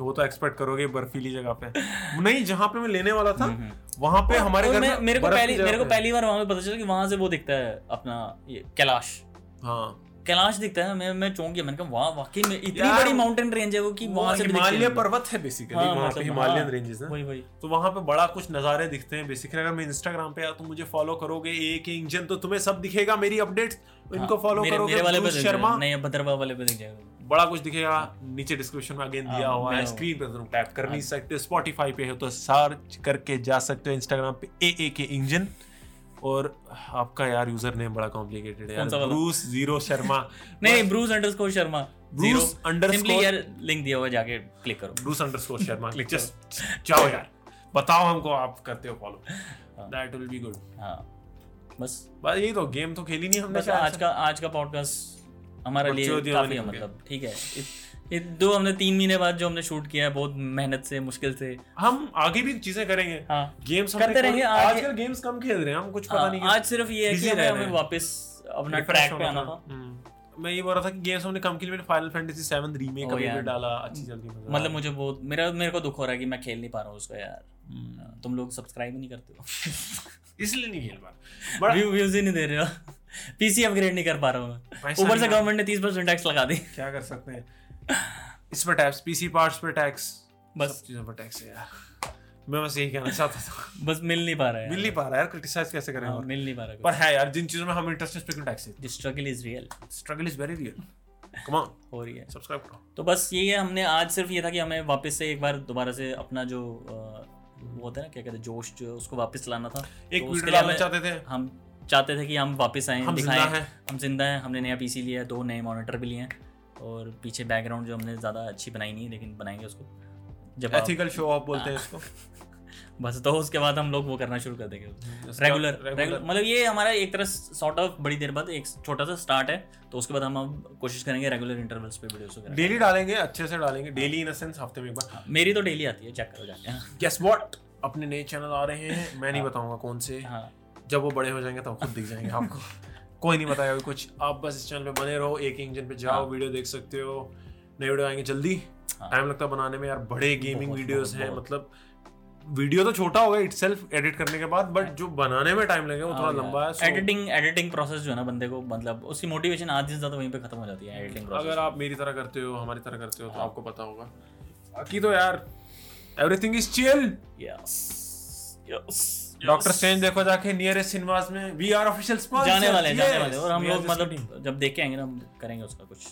Speaker 1: वो तो एक्सपेक्ट करोगे बर्फीली जगह पे नहीं जहाँ पे मैं लेने वाला था
Speaker 2: हम्म,
Speaker 1: वहां पे हमारे घर में
Speaker 2: मेरे को
Speaker 1: बर्फ की
Speaker 2: पहली
Speaker 1: जगह
Speaker 2: मेरे को
Speaker 1: पे-
Speaker 2: पहली बार वहां पे पता चला कि वहां से वो दिखता है अपना ये कैलाश
Speaker 1: हाँ
Speaker 2: कैलाश दिखता है मैं मैं चौंक गया मैंने कहा वाह वाकई में इतनी
Speaker 1: यार,
Speaker 2: बड़ी माउंटेन रेंज है वो कि
Speaker 1: वहाँ
Speaker 2: वहां से भी दिखती है
Speaker 1: हिमालय
Speaker 2: मुझे।
Speaker 1: पर्वत है बेसिकली
Speaker 2: हाँ,
Speaker 1: वहाँ पे
Speaker 2: मतलब,
Speaker 1: हिमालयन
Speaker 2: हाँ,
Speaker 1: रेंजेस हैं
Speaker 2: वही वही
Speaker 1: तो वहाँ पे बड़ा कुछ नज़ारे दिखते हैं बेसिकली अगर मैं इंस्टाग्राम पे या तुम मुझे फॉलो करोगे एक इंजन तो तुम्हें सब दिखेगा मेरी अपडेट्स इनको
Speaker 2: हाँ,
Speaker 1: फॉलो
Speaker 2: मेरे-
Speaker 1: करोगे
Speaker 2: मेरे वाले पे
Speaker 1: ब्रूस
Speaker 2: दिख
Speaker 1: शर्मा
Speaker 2: जाएगा। नहीं भद्रवा वाले पे दिख जाएगा
Speaker 1: बड़ा कुछ दिखेगा नीचे डिस्क्रिप्शन में अगेन दिया
Speaker 2: हाँ,
Speaker 1: हुआ है
Speaker 2: मैं- हाँ।
Speaker 1: स्क्रीन पे तुम टैप कर नहीं सकते स्पॉटिफाई पे हो तो सर्च करके जा सकते हो इंस्टाग्राम पे ए ए के इंजन और आपका यार यूजर नेम बड़ा कॉम्प्लिकेटेड है
Speaker 2: कौन सा
Speaker 1: यार
Speaker 2: वाला?
Speaker 1: ब्रूस जीरो शर्मा
Speaker 2: नहीं Bruce underscore Sharma
Speaker 1: Bruce
Speaker 2: simply
Speaker 1: underscore
Speaker 2: यार लिंक दिया हुआ है, जाके क्लिक करो
Speaker 1: Bruce underscore Sharma
Speaker 2: Click
Speaker 1: just जाओ यार बताओ हमको आप करते हो फॉलो
Speaker 2: हाँ।
Speaker 1: दैट विल बी गुड
Speaker 2: हाँ बस
Speaker 1: बस यही तो गेम तो खेली नहीं हमने
Speaker 2: बस आज का आज का पॉडकास्ट हमारे लिए
Speaker 1: बच्चों दिया
Speaker 2: काफी है
Speaker 1: वाली
Speaker 2: मतलब ठीक है इत- इत- दो हमने तीन महीने बाद जो हमने शूट किया है बहुत मेहनत से मुश्किल से
Speaker 1: हम आगे भी चीजें करेंगे
Speaker 2: हाँ
Speaker 1: गेम्स
Speaker 2: करते रहेंगे, आगे-
Speaker 1: आजकल गेम्स कम खेल रहे हैं हम कुछ पता
Speaker 2: हाँ,
Speaker 1: नहीं
Speaker 2: आज सिर्फ ये है
Speaker 1: Busy
Speaker 2: कि हमें
Speaker 1: रह रहे
Speaker 2: हमें
Speaker 1: हैं।
Speaker 2: वापस अपना
Speaker 1: Refresh
Speaker 2: ट्रैक पे
Speaker 1: होना
Speaker 2: आना
Speaker 1: था।
Speaker 2: था
Speaker 1: हम्म। मैं ये बोल रहा था कि गेम्स हमने कम खेली मैंने फाइनल फैंटेसी 7 रीमेक
Speaker 2: ओ
Speaker 1: अभी भी
Speaker 2: यार।
Speaker 1: डाला अच्छी चल रही है, मजा
Speaker 2: Oh, मतलब मुझे बहुत मेरा मेरे को दुख हो रहा है कि मैं खेल नहीं पा रहा हूँ उसको यार
Speaker 1: आ रहा है। हम्म।
Speaker 2: तुम लोग सब्सक्राइब ही नहीं करते हो
Speaker 1: इसलिए नहीं खेल पा रहा। बड़ा
Speaker 2: व्यू व्यूज ही नहीं दे रहे हो पीसी अपग्रेड नहीं कर पा रहा हूँ मैं
Speaker 1: पैसा
Speaker 2: ऊपर से
Speaker 1: नहीं आ-
Speaker 2: गवर्नमेंट ने तीस परसेंट टैक्स लगा दी
Speaker 1: क्या कर सकते हैं इस पर टैक्स पीसी पार्ट्स पर टैक्स
Speaker 2: बस।
Speaker 1: सब चीजों पर टैक्स है यार मैं बस यही कहना चाहता था
Speaker 2: बस मिल नहीं पा रहा है
Speaker 1: मिल नहीं पा रहा यार क्रिटिसाइज कैसे करें
Speaker 2: हाँ,
Speaker 1: और
Speaker 2: मिल नहीं पा रहा
Speaker 1: पर है यार जिन चीजों में हम इंटरेस्ट पे क्यों टैक्स है
Speaker 2: कुछ struggle is real
Speaker 1: struggle is very real come on
Speaker 2: हो रही है
Speaker 1: सब्सक्राइब करो
Speaker 2: तो बस यही है हमने आज सिर्फ ये था कि हमें वापस से एक बार दोबारा से अपना जो अ, वो होता है ना क्या कहते हैं जोश जो है, उसको वापस लाना था
Speaker 1: एक
Speaker 2: तो उसके
Speaker 1: वीडियो
Speaker 2: लिए
Speaker 1: डालना
Speaker 2: हमें-
Speaker 1: चाहते थे
Speaker 2: हम चाहते थे कि हम वापस आए
Speaker 1: हम
Speaker 2: दिखाएं,
Speaker 1: जिंदा हैं।
Speaker 2: हम जिंदा हैं हमने नया पीसी लिया है दो नए मॉनिटर भी लिए हैं और पीछे बैकग्राउंड जो हमने ज़्यादा अच्छी बनाई नहीं है, लेकिन बनाएंगे उसको जब आप-
Speaker 1: एथिकल शो ऑफ बोलते हैं इसको
Speaker 2: बस तो उसके बाद हम लोग वो करना शुरू कर देंगे
Speaker 1: इसका-
Speaker 2: रेगुलर रेगुलर
Speaker 1: रेगुलर
Speaker 2: मतलब ये हमारा एक तरह सॉर्ट ऑफ बड़ी देर बाद एक छोटा सा स्टार्ट है तो उसके बाद हम अब कोशिश करेंगे रेगुलर इंटरवल्स पे वीडियोस वगैरह
Speaker 1: डेली डालेंगे अच्छे से डालेंगे डेली इन सेंस हफ्ते में एक बार
Speaker 2: मेरी तो डेली आती है चेक करो जाके
Speaker 1: गेस व्हाट अपने नए चैनल आ रहे हैं मैं नहीं बताऊंगा कौन से
Speaker 2: हाँ
Speaker 1: जब वो बड़े हो जाएंगे तो खुद दिख जाएंगे आपको कोई नहीं बताएगा कुछ आप बस इस चैनल पे बने रहो एक इंजन पे जाओ वीडियो देख सकते हो नए वीडियो आएंगे जल्दी
Speaker 2: हाँ।
Speaker 1: टाइम लगता है बनाने में यार बड़े गेमिंग
Speaker 2: बहुत,
Speaker 1: वीडियोस
Speaker 2: बहुत,
Speaker 1: हैं
Speaker 2: बहुत।
Speaker 1: मतलब वीडियो तो छोटा होगा इटसेल्फ एडिट करने के बाद
Speaker 2: हाँ।
Speaker 1: बट जो बनाने में टाइम लगेगा वो थोड़ा तो लंबा है so
Speaker 2: एडिटिंग एडिटिंग प्रोसेस जो है ना बंदे को मतलब उसकी मोटिवेशन आधी से ज्यादा वहीं पे खत्म हो जाती है एडिटिंग प्रोसेस
Speaker 1: अगर आप मेरी तरह करते हो हमारी तरह करते हो तो
Speaker 2: हाँ।
Speaker 1: आपको पता होगा बाकी तो यार everything is chill
Speaker 2: yes yes
Speaker 1: Doctor Strange देखो जाके नियरेस्ट सिनेमास में वी आर ऑफिशियल स्पॉन्सर
Speaker 2: जाने वाले हैं जाने वाले हैं। और हम लोग मतलब जब देख के आएंगे ना हम करेंगे उसका कुछ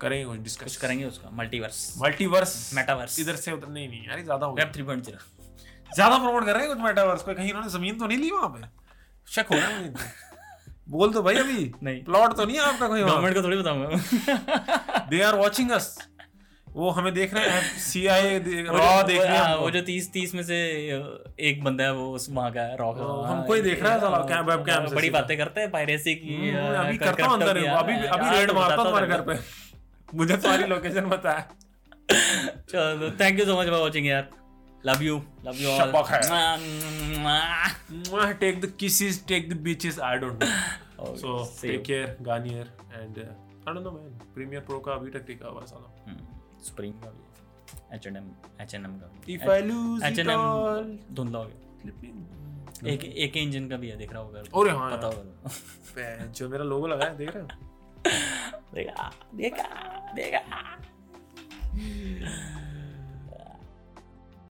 Speaker 1: करेंगे कुछ
Speaker 2: कुछ
Speaker 1: डिस्कस
Speaker 2: करेंगे उसका मल्टीवर्स
Speaker 1: मल्टीवर्स
Speaker 2: Metaverse.
Speaker 1: इधर से उधर नहीं नहीं यार ये ज्यादा हो गया
Speaker 2: वेब 3.0
Speaker 1: ज्यादा प्रमोट कर रहे हैं कुछ मेटावर्स को कहीं इन्होंने जमीन तो नहीं ली वहां पे शक हो रहा है मुझे। बोल दो भाई अभी
Speaker 2: नहीं।
Speaker 1: प्लॉट तो नहीं है आपका कोई वहां
Speaker 2: गवर्नमेंट को थोड़ी बताऊंगा
Speaker 1: दे आर वाचिंग अस वो हमें देख रहे हैं सीआईए
Speaker 2: वो
Speaker 1: रॉ
Speaker 2: जो-
Speaker 1: देख
Speaker 2: वो-
Speaker 1: रहे हैं
Speaker 2: हाँ, वो
Speaker 1: हमको।
Speaker 2: जो तीस तीस में से अ, एक बंदा है वो उस वहाँ का है, रॉक
Speaker 1: हाँ,
Speaker 2: वाला।
Speaker 1: हमको ही देख रहा है साला,
Speaker 2: हाँ,
Speaker 1: क्या- webcam
Speaker 2: हाँ,
Speaker 1: से
Speaker 2: बड़ी
Speaker 1: सीधा।
Speaker 2: बातें करते हैं पायरेसी की
Speaker 1: हम्म,
Speaker 2: अ,
Speaker 1: अभी
Speaker 2: कर-
Speaker 1: करता हूँ
Speaker 2: करता
Speaker 1: अंदर
Speaker 2: भी
Speaker 1: हूँ,
Speaker 2: है,
Speaker 1: अभी
Speaker 2: हाँ,
Speaker 1: अभी
Speaker 2: हाँ,
Speaker 1: रेड
Speaker 2: तो
Speaker 1: मारता
Speaker 2: बताता
Speaker 1: हूँ तुम्हारे घर
Speaker 2: हूँ
Speaker 1: पे मुझे तुम्हारी लोकेशन पता है
Speaker 2: चलो thank you so much for watching यार love you love you all
Speaker 1: शपक है। take the kisses, take the bitches. I don't know. So take care, Garnier, and uh, I don't know, man. Premiere Pro का अभी तक टिका हुआ है साला.
Speaker 2: Spring Hmm. का एचएनएम एचएनएम का
Speaker 1: If I lose it all,
Speaker 2: H and M धुंधला हो गया
Speaker 1: flipping.
Speaker 2: एक एक इंजन का भी है दिख रहा होगा
Speaker 1: अरे हाँ
Speaker 2: पता
Speaker 1: यार,
Speaker 2: होगा
Speaker 1: पे- जो मेरा logo लगा है देख रहे हो?
Speaker 2: देखा देखा देखा